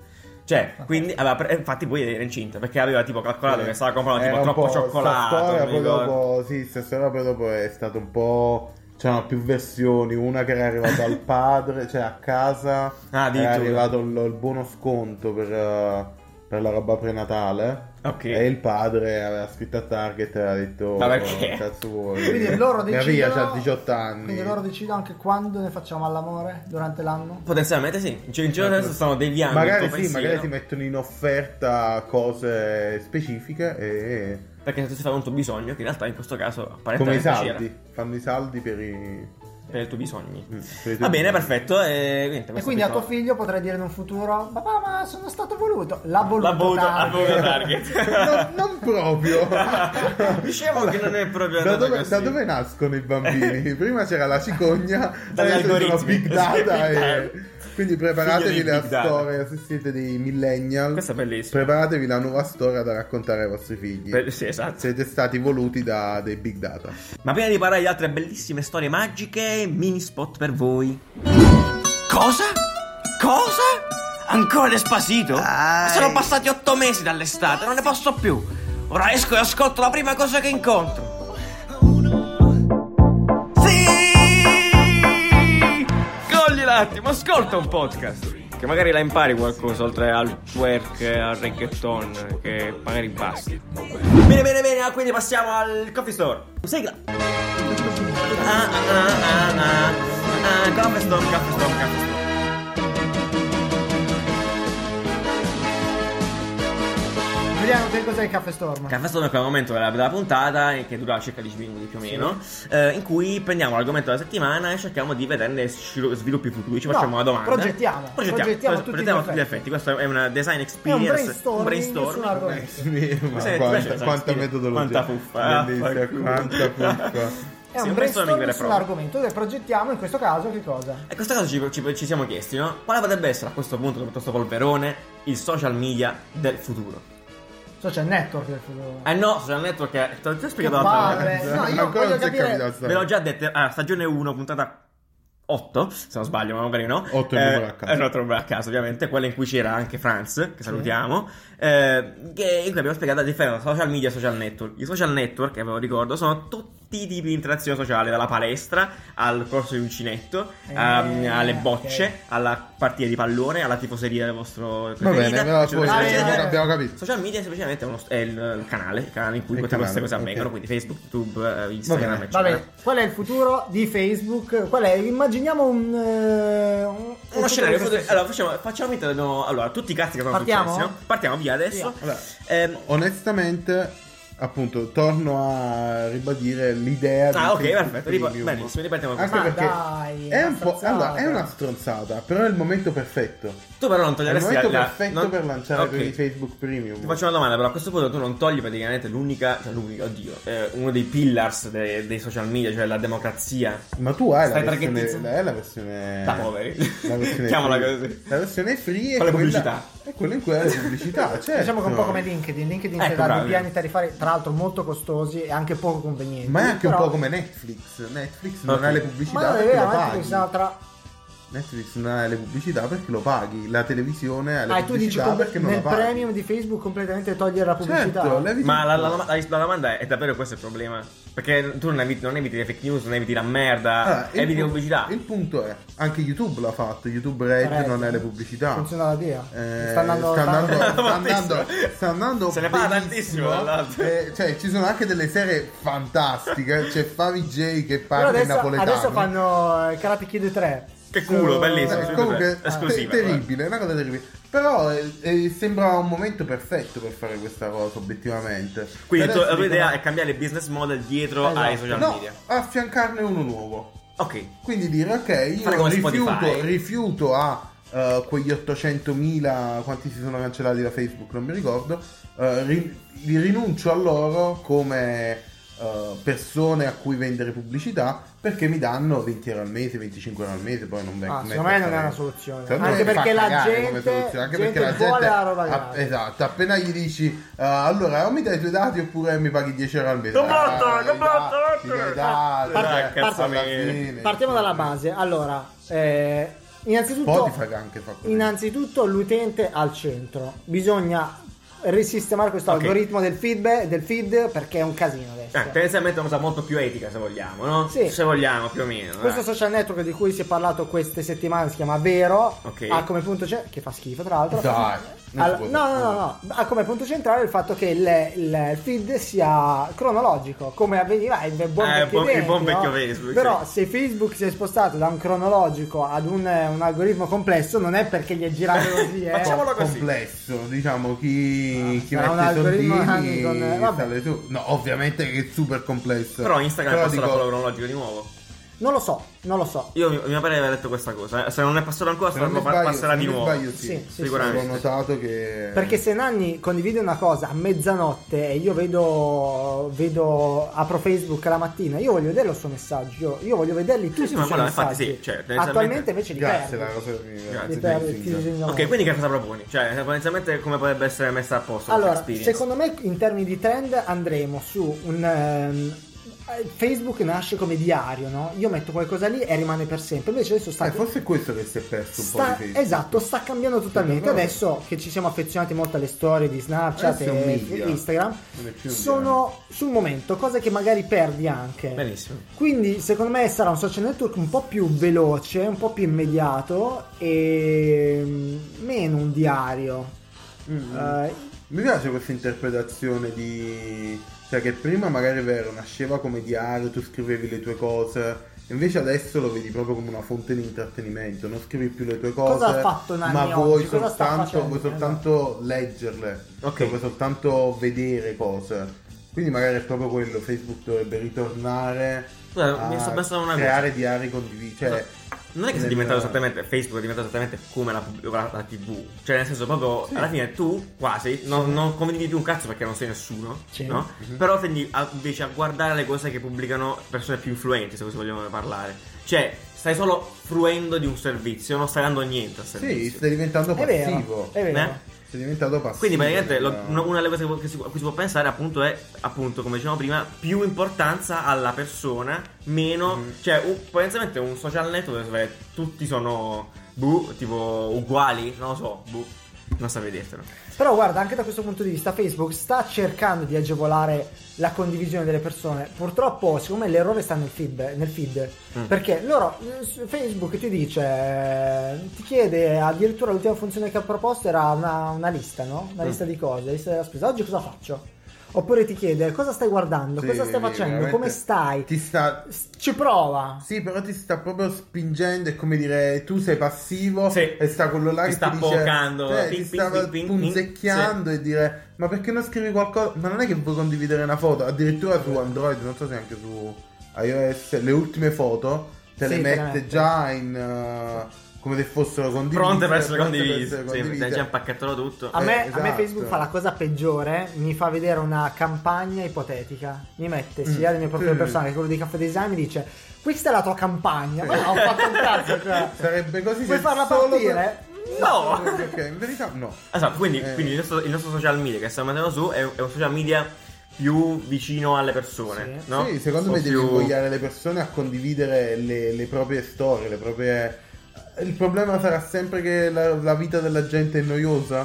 Cioè, quindi aveva pre- infatti poi era incinta perché aveva tipo calcolato che stava comprando
Era
tipo
un
troppo
po' sta
cioccolato.
storia,
mi
poi
ricordo.
dopo, sì, sta storia poi dopo è stato un po'. C'erano più versioni, una che era arrivata al padre, cioè a casa,
Ah,
era
addirittura.
arrivato il, il buono sconto per, eh, per la roba prenatale.
Ok.
E il padre aveva scritto a Target e aveva detto:
Ma perché?
"Oh, Cazzo vuoi?
Quindi loro decidono
Mia figlia c'ha 18 anni.
Quindi loro decidono anche quando ne facciamo all'amore durante l'anno.
Potenzialmente sì, cioè, in giro adesso stanno deviando.
Ecco. magari
il
sì,
tuo pensiero,
magari ti mettono in offerta cose specifiche e.
Perché se tu fai un tuo bisogno, che in realtà in questo caso
Come i
apparentemente c'era
saldi, Mm. fanno i saldi per i.
per i tuoi bisogni.
per i tuoi
Va bene,
bisogni.
perfetto. E, niente,
E
questo
quindi a tuo
piccolo-
figlio potrai dire in un futuro: Papà, ma sono stato voluto. L'ha voluto.
L'ha voluto l'ha
Target."
voluto Target.
non, non proprio.
Diciamo che non è proprio
Da
andata
dove,
così.
da dove nascono i bambini? Prima c'era la cicogna,
Dagli
adesso sono
algoritmi.
big data.
Big data.
e... Quindi
Figlio
preparatevi
di
la
big data.
storia, se siete dei millennial,
Questo è bellissimo.
preparatevi la nuova storia da raccontare ai vostri figli.
Beh, sì, esatto.
Siete stati voluti da dei big data.
Ma prima di parlare di altre bellissime storie magiche, mini spot per voi.
Cosa? Cosa? Ancora Despacito? Ma Sono passati otto mesi dall'estate, non ne posso più. Ora esco e ascolto la prima cosa che incontro.
Sì! Cogli l'attimo, ascolta un podcast. Che magari la impari qualcosa oltre al twerk, al reggaeton, che magari basta. Bene, bene, bene, ah, quindi passiamo al coffee store. Sigla! Ah, ah, ah, ah, ah. Ah, Coffee store, coffee store, coffee store.
Adriano, che cos'è il caffè storm?
Caffè Storm è quel momento della, della puntata eh, che dura circa 10 minuti più o meno, eh, in cui prendiamo l'argomento della settimana e cerchiamo di vederne scilu- sviluppi futuri, ci
No,
facciamo una domanda.
progettiamo,
progettiamo,
progettiamo
pros-
tutti
progettiamo
gli
tutti gli effetti. Questo è una design experience,
brainstorming sull'argomento.
Ma
Eh, Sì,
quanta,
questo è
quanta
stile. Quanta
metodologia.
puffa.
Bellissima,
Ah,
quanta puffa.
È
Sì,
un
un brainstorming vero
brainstorming
e proprio.
sull'argomento dove progettiamo in questo caso che cosa?
E questa cosa ci, ci- ci siamo chiesti, no? Quale potrebbe essere a questo punto, dopo questo polverone, il social media del futuro?
Social network del futuro.
Eh no, social network è... Te l'ho già spiegato l'altra volta.
Palle. No, io voglio
Ancora non si è
capire.
capito la storia.
Ve l'ho già detto, ah, stagione 1, puntata 8, se non sbaglio, ma magari no.
Otto è il numero a caso.
È un altro numero a caso, ovviamente, quella in cui c'era anche Franz, che salutiamo, eh, che- in cui abbiamo spiegato la differenza tra social media e social network. I social network, che ve lo ricordo, sono tutti i tipi di interazione sociale, dalla palestra al corso di uncinetto,
Eh,
ehm, alle
ok.
bocce, alla partita di pallone, alla tifoseria del vostro
Va bene,
preferita,
abbiamo,
eccetera, eccetera.
dai, dai.
eh, abbiamo capito.
Social media è semplicemente uno- è il, il canale, il canale in cui
Il
tutte queste
canale,
cose
ok.
avvengono, quindi Facebook, YouTube, eh,
Va
Instagram,
bene.
eccetera.
Vabbè, qual è il futuro di Facebook? Qual è? Immaginiamo un. eh, un- un
Uno
futuro
scenario,
di
foto-
questo-
allora facciamo, facciamo finta che abbiamo- Allora, tutti i cazzi che sono
Partiamo?
successi, no? Partiamo via adesso.
Via.
Allora,
Ehm,
Onestamente, appunto, torno a ribadire l'idea di
ah, ok,
Facebook
perfetto. Ripa-
Premium.
benissimo, ripetiamo questo.
Anche
Ma
perché
dai,
è un po'.
stronzata.
Allora, è una stronzata, però è il momento perfetto.
Tu però non
È il
toglieresti
momento
la-
perfetto
non-
per lanciare
Ok.
per i Facebook Premium.
Ti faccio una domanda, però a questo punto tu non togli praticamente l'unica, cioè l'unica, oddio, eh, uno dei pillars de- dei social media, cioè la democrazia.
Ma tu hai la
Stai
versione,
targetizzando.
hai la versione
Da poveri.
La versione
Chiamala
free.
così.
La versione free è
Con le
quella-
pubblicità.
È quella in cui hai le pubblicità, certo.
Diciamo che è un po' come LinkedIn, LinkedIn
Ecco,
che dà
bravi.
dei piani tarifari tra l'altro molto costosi e anche poco convenienti.
Ma è anche un
però-
po' come Netflix. Netflix non
Ok.
ha le
Ma
pubblicità
non è
perché
vero,
lo
anche questa
paghi.
altra-
Netflix non ha le pubblicità perché lo paghi. La televisione ha le
Ah, e tu dici
pubblicità
com-
perché non
nel
la paghi.
premium di Facebook completamente togliere la pubblicità.
Certo, levi
Ma la,
tutto.
la- la- la domanda è, è davvero questo il problema? Perché tu non eviti, non eviti le fake news, non eviti la
Allora,
merda,
Ah, il
eviti
pu-
la pubblicità.
Il punto è, anche YouTube l'ha fatto, YouTube Red
Red.
non è le pubblicità.
Funziona la via.
Eh,
sta andando
sta andando,
tanto-
sta andando,
Tantissimo.
sta andando
Se ne parla tantissimo,
benissimo.
tra l'altro.
Eh, cioè ci sono anche delle serie fantastiche c'è Favi J che
Però
parla in
adesso,
napoletano
adesso fanno eh, Karate Kid 3.
Che culo,
Su-
Eh,
bellissimo.
comunque
Esclusiva,
te- terribile una cosa terribile però eh, eh, sembra un momento perfetto per fare questa cosa obiettivamente
Quindi tu-
Adesso
la tua
dicono-
idea è cambiare il business model dietro
Esatto.
ai social
no,
media.
affiancarne uno nuovo
Ok,
Quindi dire ok,
Fare
io
come
rifiuto,
Spotify.
rifiuto a eh, quegli 800.000 quanti si sono cancellati da Facebook, non mi ricordo, eh, ri- li rinuncio a loro come eh, persone a cui vendere pubblicità perché mi danno 20 euro al mese, 25 euro al mese, poi non vengo.
Ah, secondo me non è una soluzione.
Secondo
Anche
me fa
perché la
cagare
gente-
come soluzione, anche
gente
perché la
vuole
gente
la roba gratis.
esatto, appena gli dici "Ah, allora o mi dai i tuoi dati oppure mi paghi 10 euro al mese. Ah,
Non
Dai,
botto, non
dai,
botto,
ti dai i
Par-
dati,
Dai,
eh,
cazzo
alla
mio.
fine.
Partiamo dalla base. Allora, eh, innanzitutto,
Spotify anche fa così.
innanzitutto l'utente al centro. Bisogna risistemare questo
Ok.
algoritmo del feedback, del feed perché è un casino adesso.
Eh,
Cioè,
tendenzialmente è una cosa molto più etica, se vogliamo, no?
Sì.
Se vogliamo, più o meno.
Questo
eh.
social network di cui si è parlato queste settimane si chiama Vero.
Ok.
Ha come punto centrale. Che fa schifo, tra l'altro.
Dai, non
Al-
si può
no, no,
dire.
no, no. Ha come punto centrale il fatto che il, il feed sia cronologico, come avveniva il buon,
Eh, il
vecchio,
buon- il
tempo,
buon vecchio
no?
Facebook,
Però se Facebook si è spostato da un cronologico ad un, eh, un algoritmo complesso, non è perché gli è girato così, eh.
Facciamo Facciamolo così.
complesso, diciamo chi, chi
Ah, sarà un
mette i
algoritmo anche
soldini
con- vabbè.
sale su. No, ovviamente che è super complesso.
Però Instagram è
Però
passato
dico,
al cronologico di nuovo.
Non lo so, non lo so.
Io mi, mi pare di aver detto questa cosa. eh. Se non è passato ancora,
se non mi
sarà-
sbaglio-
passerà
se
di
non mi
nuovo.
sbaglio, sì.
Sì, sì,
Sicuramente.
Ho notato che
Perché se Nanni condivide una cosa a mezzanotte e io vedo, vedo apro Facebook la mattina, io voglio vedere il suo messaggio, io voglio vederli tutti
sì,
i
ma
suoi
quello, infatti,
messaggi.
sì, cioè, tendenzialmente-
Attualmente invece li perdi.
grazie la cosa mi
Grazie,
Li
grazie
perdi,
per il
ti
feedback.
disegnano.
Ok, quindi che cosa proponi? Cioè, tendenzialmente come potrebbe essere messa a posto questa
Allora,
experience?
secondo me in termini di trend andremo su un... ehm, eh, Facebook nasce come diario, no? Io metto qualcosa lì e rimane per sempre. Invece adesso sta...
Eh, forse è questo che si è perso un
sta-
po' di Facebook.
esatto, sta cambiando totalmente.
Allora.
Adesso che ci siamo affezionati molto alle storie di Snapchat
Adesso è un
e
media.
e Instagram,
Non è più un
sono sul momento, cose che magari perdi anche.
Benissimo.
Quindi secondo me sarà un social network un po' più veloce, un po' più immediato e mm, meno un diario.
Mm.
Eh,
Mi piace questa interpretazione di... Cioè che prima magari è vero, nasceva come diario, tu scrivevi le tue cose, Invece adesso lo vedi proprio come una fonte di intrattenimento, non scrivi più le tue cose,
Cosa ha fatto Nanni
ma vuoi
oggi? Cosa sta
soltanto,
facendo?
vuoi soltanto leggerle,
Ok.
cioè, vuoi soltanto vedere cose. Quindi magari è proprio quello, Facebook dovrebbe ritornare
Guarda, mi sto
a
pensando una cosa.
creare diari condivisi. Cioè,
Non è che sia
nel-
diventato esattamente Facebook, è diventato esattamente come la, la- la TV. Cioè, nel senso, proprio alla fine tu quasi non, non condividi più un cazzo perché non sei nessuno,
Sì.
no?
Mhm.
Però tendi a- invece a guardare le cose che pubblicano persone più influenti, se così vogliamo parlare. Cioè, stai solo fruendo di un servizio, non stai dando niente al
Sì,
servizio.
stai diventando
È
passivo.
vero, è vero.
Eh?
Sei diventato passivo.
Quindi praticamente lo-
no?
una, una delle cose che si- a cui si può pensare appunto è appunto come dicevamo prima più importanza alla persona meno
Mm.
cioè un, potenzialmente un social network dove tutti sono buh, tipo uguali non lo so buh, non saprei dirtelo
Però guarda, anche da questo punto di vista Facebook sta cercando di agevolare la condivisione delle persone. Purtroppo, secondo me, l'errore sta nel feed. nel feed.
Mm.
Perché loro, eh, su Facebook ti dice, eh, ti chiede addirittura l'ultima funzione che ha proposto era una, una lista, no?
Mm.
Una lista di cose, lista della spesa. Oggi cosa faccio? Oppure ti chiede cosa stai guardando,
Sì,
cosa stai facendo,
veramente.
come stai.
Ti sta...
S- Ci prova.
Sì, però ti sta proprio spingendo, è come dire tu sei passivo
Sì.
e sta quello là
Ti
che
sta
ti dice,
provocando,
cioè,
ping,
ti
ping,
sta
ping, ping, ping.
punzecchiando e dire ma perché non scrivi qualcosa? Ma non è che vuoi condividere una foto, addirittura su Android, non so se anche su iOS, le ultime foto te
Sì,
le
te le
mette
mette.
già in eh, come se fossero condivise.
pronte per essere
pronte
condivise sì,
condivise.
hai già impacchettato tutto
A me,
Eh,
a me
esatto.
Facebook fa la cosa peggiore, mi fa vedere una campagna ipotetica, mi mette
Mm.
sia il mio profilo
Sì.
personale che quello di Caffè Design mi dice questa è la tua campagna, ma no, ho fatto un cazzo, cioè,
Sarebbe così
vuoi
se
farla
solo
partire?
no
Ok, in verità no.
Esatto, quindi,
Eh.
quindi il, nostro, il nostro social media che stiamo mettendo su è, è un social media più vicino alle persone
Sì.
no?
Sì, secondo
O
me devi
più-
invogliare le persone a condividere le, le proprie storie, le proprie... Il problema sarà sempre che la, la vita della gente è noiosa?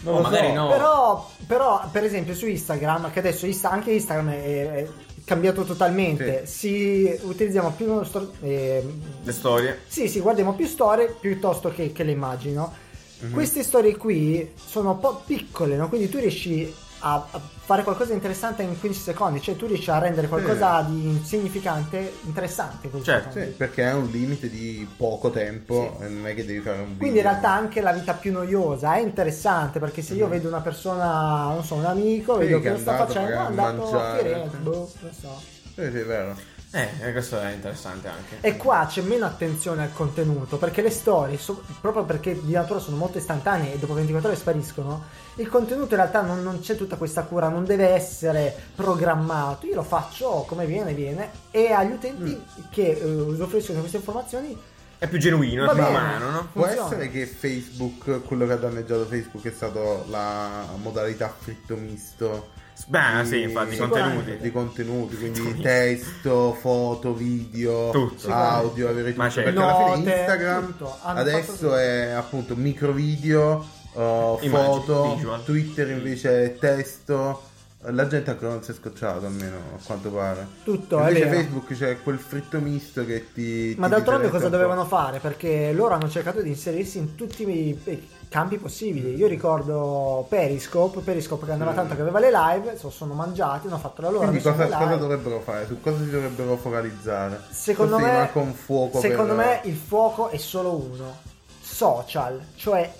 Non
No,
lo
magari
so.
no.
Però, però, per esempio su Instagram, che adesso Insta- anche Instagram è, è cambiato totalmente, si utilizziamo più uno stor- ehm,
le storie
Sì, sì, guardiamo più storie piuttosto che, che le immagini. no?
Mhm.
Queste storie qui sono un po' piccole, no? quindi tu riesci a, a fare qualcosa di interessante in 15 secondi, cioè tu riesci a rendere qualcosa di significante interessante. in 15
Certo,
secondi.
Sì, perché è un limite di poco tempo e non è che devi fare un video.
Quindi in realtà anche la vita più noiosa è interessante perché se io vedo una persona, non so, un amico,
Mhm. Sì,
vedo
che
che
è
lo sta
andato
facendo, è
magari a
andato a
mangiare.
Firenze, boh, non so.
Sì, sì, è vero.
eh questo è interessante anche
E qua c'è meno attenzione al contenuto, perché le storie, so- proprio perché di natura sono molto istantanee e dopo 24 ore spariscono, il contenuto in realtà non, non c'è tutta questa cura, non deve essere programmato, io lo faccio come viene, viene, e agli utenti
Mm.
che eh, usufruiscono di queste informazioni
È più genuino,
Va
è più
bene.
umano, no?
Può
Funziona.
essere che Facebook, quello che ha danneggiato Facebook è stato la modalità fritto misto.
Beh,
di-
Ah, sì, infatti, i
Sicuramente.
Di
contenuti.
contenuti, quindi testo, foto, video,
Tutto.
audio, avere tutto.
Ma certo.
Perché alla
Note,
fine Instagram
tutto. Hanno fatto
adesso
tutto.
è appunto micro video, uh,
Immagini,
foto,
visual.
Twitter invece è testo. La gente ancora non si è scocciata, almeno a quanto pare.
Tutto, è
Invece
vero.
Facebook c'è quel fritto misto che ti...
Ma
ti
d'altronde
disinetta
cosa
un po'.
dovevano fare? Perché loro hanno cercato di inserirsi in tutti i i campi
Mm.
possibili. Io ricordo Periscope, Periscope che andava tanto che aveva le live, so- sono mangiati, hanno fatto la loro
Quindi cosa, cosa
live.
dovrebbero fare? Su cosa si dovrebbero focalizzare?
Secondo
Forse
me,
manca un fuoco
secondo
per-
me il fuoco è solo uno: social, cioè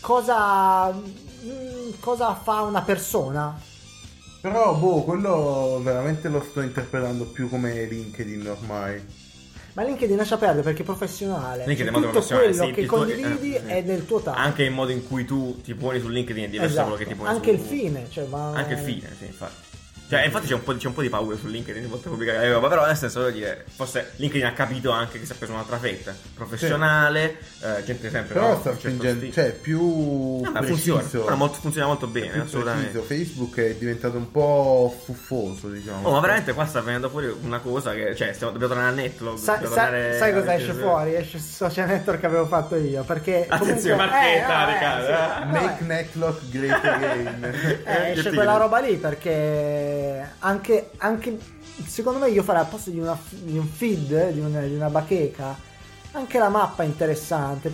cosa, mm, cosa fa una persona.
Però, boh, quello veramente lo sto interpretando più come LinkedIn ormai.
Ma LinkedIn lascia perdere perché è professionale.
LinkedIn è
Cioè,
molto
tutto
professionale,
quello
sì,
che
il tuo-
condividi
eh, sì.
è del tuo tempo.
Anche il modo in cui tu ti poni su LinkedIn è diverso da
Esatto.
quello che ti poni
Anche
su-
il fine, cioè, ma...
Anche il fine, sì, infatti. Cioè, infatti c'è un po' di, c'è un po' di paura su LinkedIn di poter pubblicare le roba, Eh, però nel senso voglio dire, forse LinkedIn ha capito anche che si è preso un'altra fetta. Professionale, eh, gente sempre...
Però
no,
sta
un certo
spingendo,
sti-
cioè, più
Ah, ma
preciso.
funziona, però molto- funziona molto
più
bene,
preciso.
assolutamente.
Facebook è diventato un po' fuffoso, diciamo.
Oh, ma veramente qua sta venendo fuori una cosa che, cioè, stiamo, dobbiamo tornare a Netlog.
Sa-
dobbiamo
sa-
tornare
sai
a-
cosa esce fuori? Esce il social network che avevo fatto io. Perché.
Attenzione,
comunque-
marchetta,
eh,
Riccardo, eh.
vabbè.
Make Netlock great again.
Eh, esce
Io
quella
ti-
roba lì perché anche, anche- secondo me io farei al posto di, una- di un feed, di, un- di una bacheca, Anche la mappa è interessante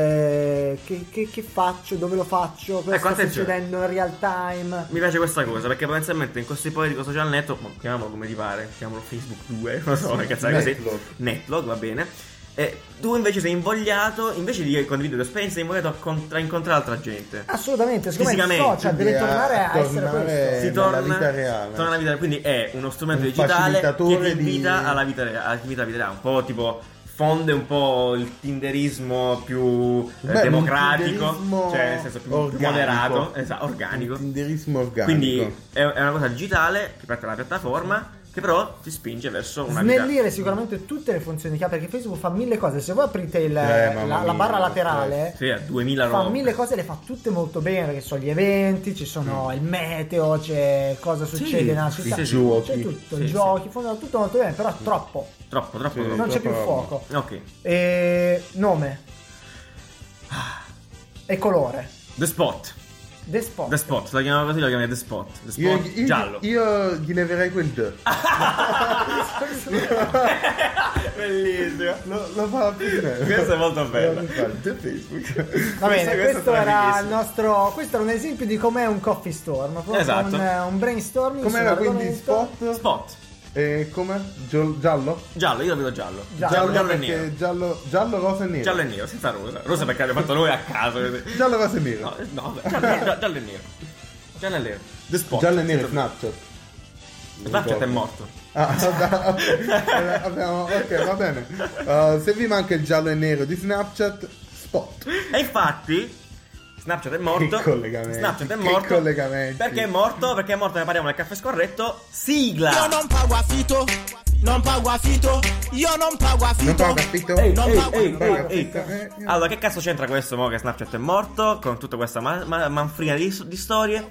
perché che, che- che faccio, dove lo faccio,
Eh,
cosa
Ecco,
sta
attenzione.
succedendo in real time.
Mi piace questa cosa perché potenzialmente in questo ipotetico social network, ma chiamiamolo come ti pare, chiamiamolo Facebook 2, non so, che cazzata così.
Netlog.
Netlog, va bene. E tu invece sei invogliato, invece di condividere l'esperienza, sei invogliato a, con- a incontrare altra gente.
Ah, Assolutamente, secondo me il
Fisicamente,
social deve
quindi a-
tornare a,
a
essere
tornare-
questo.
Eh, nella vita reale.
torna alla vita reale, quindi è uno strumento
Un
digitale che
facilitatore
ti invita
di-
alla vita reale, alla vita vita reale, un po' tipo fonde un po' il tinderismo più eh,
Beh, un
democratico,
tinderismo
cioè nel senso più, più
organico.
moderato, esatto, organico.
Un tinderismo organico.
Quindi è, è una cosa digitale che parte dalla piattaforma, che però ti spinge verso una vita.
Snellire sicuramente tutte le funzioni che ha perché Facebook fa mille cose. Se voi aprite il-
Eh, mamma
la, la
mia,
barra laterale,
Sì, a 2000
fa
robe.
mille cose e le fa tutte molto bene perché sono gli eventi, ci sono il meteo, c'è cosa succede nella
Mm. sì,
città,
sì, sì.
c'è
Giochi.
tutto,
Sì,
i
sì.
giochi, in fondo, tutto molto bene, però troppo,
Troppo, troppo.
Sì.
troppo.
non c'è più
troppo-
fuoco.
Ok.
E nome Ah. e colore.
The Spot.
The Spot.
The Spot, la chiamavo così, la chiamavo The Spot. The Spot
Io, io-
giallo.
io gli leverei quel D.
Bellissimo.
Lo, lo fa più bene.
Questa è molto bella.
Lo fa il D Facebook.
Questo-
Va bene, questo,
questo è
era il
bellissimo.
nostro. Questo era un esempio di com'è un coffee storm. proprio
Esatto.
Un, un brainstorming.
Com'era quindi
sull'argomento.
spot?
Spot.
E come? Gio- giallo?
Giallo, io lo vedo giallo.
Giallo.
giallo e
perché
nero.
Giallo, giallo, rosa e nero.
Giallo e nero, senza rosa. Rosa perché l'abbiamo fatto noi a caso.
Giallo, rosa e nero.
No, no, vabbè, giallo, giallo- giallo e nero. Giallo e nero. The Spot.
giallo e nero è Snapchat.
Snapchat è morto.
Ah, vabbè, ok, abbiamo- Eh, ok, va bene. Uh, se vi manca il giallo e nero di Snapchat, spot.
E infatti Snapchat è morto.
Che collegamenti,
Snapchat è
che
morto.
collegamenti.
Perché è morto? Perché è morto, ne parliamo nel caffè scorretto. Sigla!
Yo non pago fito, non pago fito, yo non pago
Non
fito.
ho capito?
Eh,
Ehi,
Non
ehi,
pago,
ehi,
non pago,
ehi,
capito?
ehi.
Eh, io-
Allora, che cazzo c'entra questo mo che Snapchat è morto? Con tutta questa ma- ma- manfrina di, di storie.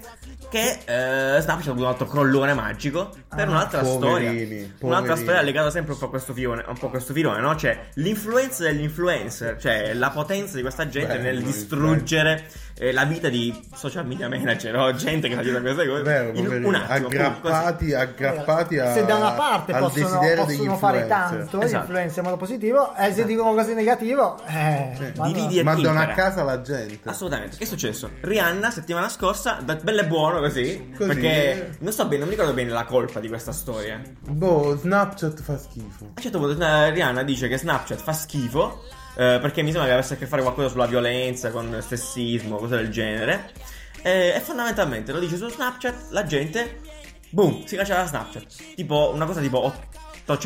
Che eh, Snapchat ha avuto un altro crollone magico per un'altra storia.
Ah, poverini,
Un'altra
poverini.
storia legata sempre un po' a questo filone, un po' a questo filone, no? Cioè, l'influenza dell'influencer, cioè la potenza di questa gente
Bello,
nel
il-
distruggere eh, la vita di social media manager, no? Gente che fa dietro a queste cose.
Vero,
in
poverini,
un attimo, pum, così.
aggrappati, aggrappati a,
se da una parte
al
possono,
desiderio degli
possono fare
influencer. Esatto.
Esatto.
tanto gli influencer in modo positivo e se dicono cose negative eh, vanno-
Dividi e
Mandano a
timpera.
casa la gente.
Assolutamente. Che è successo? Rihanna settimana scorsa, da bello e buono così,
Così.
perché non so bene, non mi ricordo bene la colpa di questa storia. A
Boh, Snapchat fa schifo.
un certo punto eh, Rihanna dice che Snapchat fa schifo, eh, perché mi sembra che avesse a che fare qualcosa sulla violenza, con sessismo, cose del genere. Eh, e fondamentalmente lo dice su Snapchat, la gente, boom, si caccia da Snapchat. Tipo una cosa tipo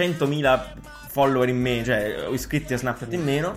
800.000 follower in meno, cioè eh, iscritti a Snapchat in meno.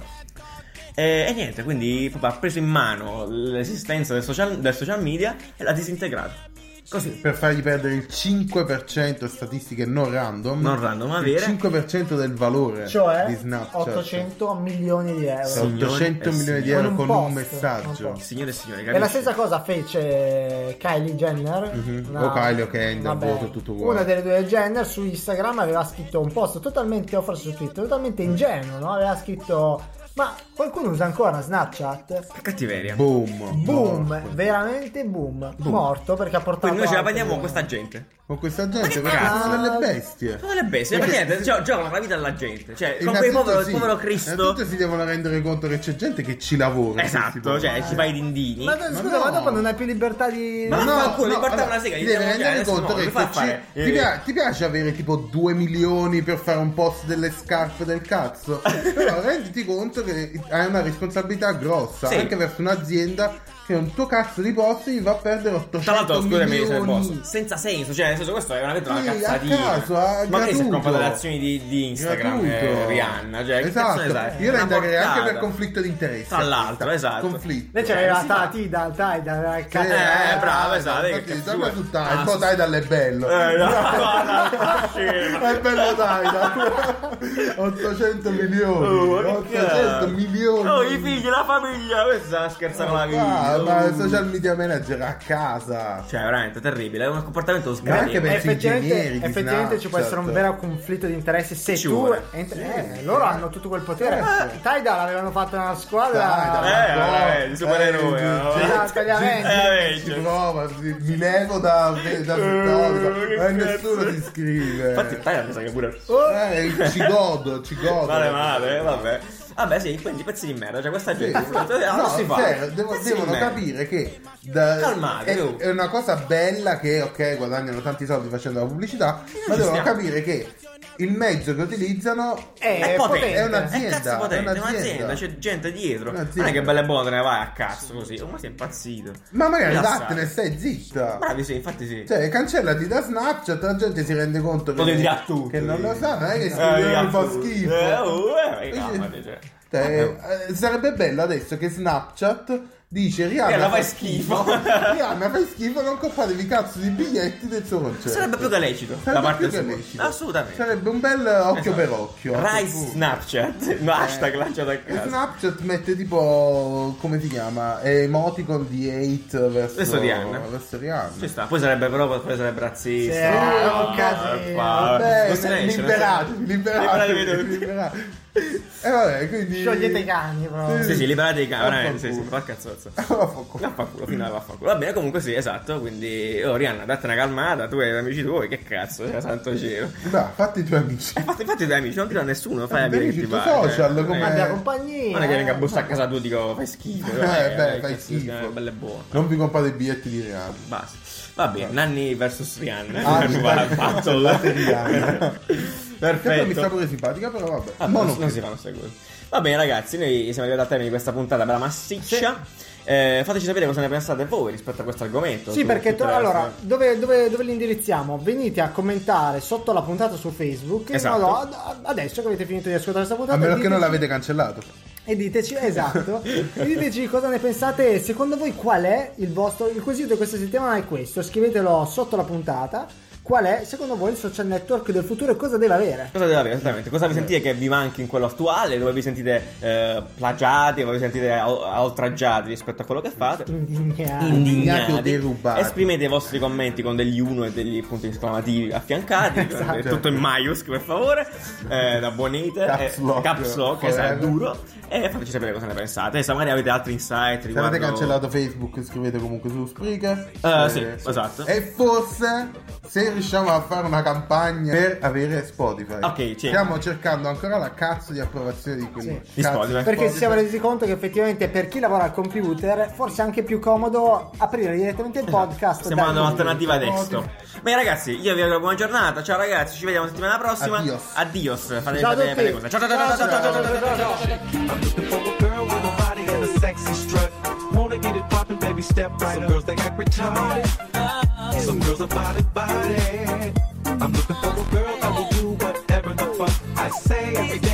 E, e niente, quindi proprio ha preso in mano l'esistenza del social, del social media e l'ha disintegrata. Così.
Per fargli perdere il 5% statistiche non random.
Non random, ma
Il
vere.
5% del valore
cioè
di certo. Snapchat.
800 milioni di euro
Sì.
800
Signori e
milioni di
signori.
euro con
Con
un,
eh, un post,
messaggio.
un post.
Signore e signori,
E la
capisci?
stessa cosa fece Kylie Jenner.
Mhm. O Kylie o Kendall, voto tutto uguale.
Una delle due Jenner su Instagram aveva scritto un post totalmente, o forse su Twitter, totalmente
Mm.
ingenuo, no? Aveva scritto, ma qualcuno usa ancora Snapchat?
Che cattiveria.
Boh,
Boom. Boh.
Boom,
Morto.
veramente boom. Morto perché ha portato...
Quindi noi ce la
altre
prendiamo con
due.
questa gente.
Con questa gente,
Ma che
perché
cazzo?
sono delle bestie.
Sono delle bestie, perché niente, gio- giocano la vita alla gente. Cioè, con quel
Innanzitutto
povero, il
sì,
povero Cristo.
innanzitutto si devono rendere conto che c'è gente che ci lavora. questi
Esatto,
poveri.
cioè, ci fai i dindini.
Ma, scusa,
no.
ma dopo non hai più libertà di...
Ma- vaffanculo,
no,
mi porta
allora,
una sega, gli
ti devi
diamo
rendere
già, adesso
conto
no,
che
lo fa
se ci-
fare. Eh.
ti, pia- ti piace avere tipo 2 milioni per fare un post delle scarpe del cazzo però renditi conto che hai una responsabilità grossa
Sì.
anche verso un'azienda che un tuo cazzo di post gli va a perdere 800
Tra l'altro, scusami
milioni
se posso. Senza senso, cioè, nel senso, questo è veramente una
Sì, a
cazzatina.
caso, ah,
Magari si è
gratuito.
comprata le azioni di, di Instagram,
Gratuito.
eh, Rihanna. Cioè, che cazzo ne sai?
esatto io
Una
renderei anche
porcata.
per conflitto di interesse
Tra l'altro, esatto.
conflitto
Invece
Eh,
aveva
sì,
la
ma-
Tida, Tida, il
Sì,
Eh, bravo, esatto,
Ah, infatti,
che
sempre
figura.
su Tidal,
Ah,
poi
sì.
Tidal è bello
Eh, no, guarda,
è bello Tidal 800 milioni
Oh, ma che
800
cazzo.
milioni
Oh, i figli, la famiglia, questa scherza con la
Ah, ma
vita.
il social media manager a casa
Cioè, veramente terribile, è un comportamento
Ma anche
sgradevole.
per- pensi ingegneri
effettivamente,
di
effettivamente ci può
Snapchat.
essere un vero conflitto di interessi se
certo. Ci
tu
vuole.
entri-
Sì,
eh,
sì.
loro hanno tutto quel potere
Certo.
Eh, Tidal l'avevano fatto una
Tidal,
squadra
Eh, vabbè, di supereroe,
eh,
no?
gente,
Ah, tagliamenti.
gente, ci
Eh,
prova si- mi levo da da
che
cosa e
cazzo.
nessuno si scrive
Infatti, Tyler mi sa che pure.
eh, ci godo ci godo
Male, male, eh, vabbè. Vabbè, sì, quindi pezzi di merda. Cioè, questa
Sì,
gente. allora
no,
si fa.
cioè, devo-
Pezzi di
devono
merda.
capire che da-
Calmate,
è,
oh.
è una cosa bella che, ok, guadagnano tanti soldi facendo la pubblicità, ma devono
stiamo.
capire che il mezzo che utilizzano
È,
È potente,
è
potente.
un'azienda,
Eh, cazzo potente,
è
è
un'azienda.
un'azienda, cioè, c'è gente dietro.
Un'azienda.
Non è che bella e buona te ne vai a cazzo così. Oh, ma sei impazzito.
Ma magari
Rilassati.
vattene, stai zitta.
Bravi, sì, infatti sì.
Cioè, cancellati da Snapchat, la gente si rende conto che,
Lo devi dire a tutti.
che non lo sa, non è che si
Eh,
un po'
cazzo.
schifo.
Eh, oh, eh,
Dice-
calmati, cioè.
Cioè, eh, sarebbe bello adesso che Snapchat dice Rihanna
Eh, la fai
fa
schifo."
Rihanna fai schifo, non compratevi cazzo di biglietti del suo concerto.
Sarebbe più che lecito
Sarebbe
da
più
parte
che
sua.
lecito.
Assolutamente.
Sarebbe un bel occhio
Esatto.
per occhio.
Rai
Fu-
Snapchat.
Eh.
No, hashtag lanciato a
E
caso.
Snapchat mette tipo come si chiama? Emoticon di 8 verso,
Verso Rihanna.
verso Rihanna.
Ci sta. Poi sarebbe però poi sarebbe razzista.
Sì,
Ah,
un
fa-
casino.
Vabbè,
Ah, non se ne esce, non se ne-
liberatevi, liberatevi,
Liberatevi tutti.
liberatevi. E vabbè, quindi
Eh, Sciogliete i cani, proprio.
Sì, sì, liberate i cani, veramente, sì,
Vaffanculo.
sì, fa cazzozza.
Vaffanculo.
Vaffanculo, fino alla vaffanculo. Va bene, comunque sì, esatto, quindi... Oh, Rihanna, date una calmata, tu e gli amici tuoi, che cazzo, cioè, santo cielo.
Bah, fatti i tuoi amici.
E fatti, fatti dai amici, non dirò a nessuno, fai a
Beh,
che
sui
ti
tuoi
pare.
Ah, social,
cioè,
come-
eh,
Ma da compagnia.
Non è che venga a
eh.
bussare a casa tua e dico, fai schifo.
Eh,
eh,
beh,
eh,
fai
che-
schifo.
eh, Bella e buona.
Non vi comprate i biglietti di Rihanna.
Basta. Va bene, Nanni versus Rihanna.
Ah,
Nanni
mi
va
pare
a
che
battle.
parlate di Rihanna. Che poi mi sta
Perfetto.
pure simpatica, però vabbè.
Ah,
Mo
non,
non
non si fanno queste cose. Va bene, ragazzi, noi siamo arrivati al termine di questa puntata bella massiccia. Eh, fateci sapere cosa ne pensate voi rispetto a questo argomento.
Sì,
su
perché
tutte
to-
le vostre-
allora, dove, dove- dove li indirizziamo? Venite a commentare sotto la puntata su Facebook. in
Esatto.
modo ad- ad- adesso che avete finito di ascoltare questa
A
puntata.
meno
e
che non
diteci-
l'avete cancellato.
E diteci, esatto, e diteci cosa ne pensate e secondo voi qual è il vostro, il quesito di questa settimana è questo, scrivetelo sotto la puntata, qual è secondo voi il social network del futuro e cosa deve avere?
Cosa deve avere esattamente? Cosa vi sentite che vi manchi in quello attuale? Dove vi sentite eh, plagiati? Dove vi sentite o- oltraggiati rispetto a quello che fate?
Indignati.
Indignati
indignati
o derubati.
Esprimete i vostri commenti con degli uno e degli punti esclamativi affiancati.
Esatto.
eh, Tutto in maiuscolo, per favore. eh, da buonite.
Caps
eh,
lock.
caps lock,
Forever.
esatto, duro. E fateci sapere cosa ne pensate. Se magari avete altri insight
Se
riguardo.
avete cancellato Facebook, scrivete comunque su Spreaker.
Eh, sì, esatto.
E forse se riusciamo a fare una campagna per avere Spotify.
Ok, sì.
Stiamo cercando ancora la cazzo di approvazione di quelli.
Sì.
Di Spotify.
Perché ci siamo resi conto che effettivamente per chi lavora al computer forse è anche più comodo aprire direttamente il podcast.
Stiamo
dal
dando
computer.
un'alternativa desktop. Bene, ragazzi, io vi auguro buona giornata. Ciao, ragazzi, ci vediamo settimana prossima.
Addios.
Addios. Fatemi
Ciao a
sapere
tutti.
le cose. Ciao, ciao, ciao, ciao, ciao, ciao, ciao, ciao, ciao, ciao.
I'm looking for a girl with a body and a sexy strut. Wanna get it poppin', baby, step right Some girls, they act retarded. Some girls are body, body. I'm looking for a girl that will do whatever the fuck I say every day.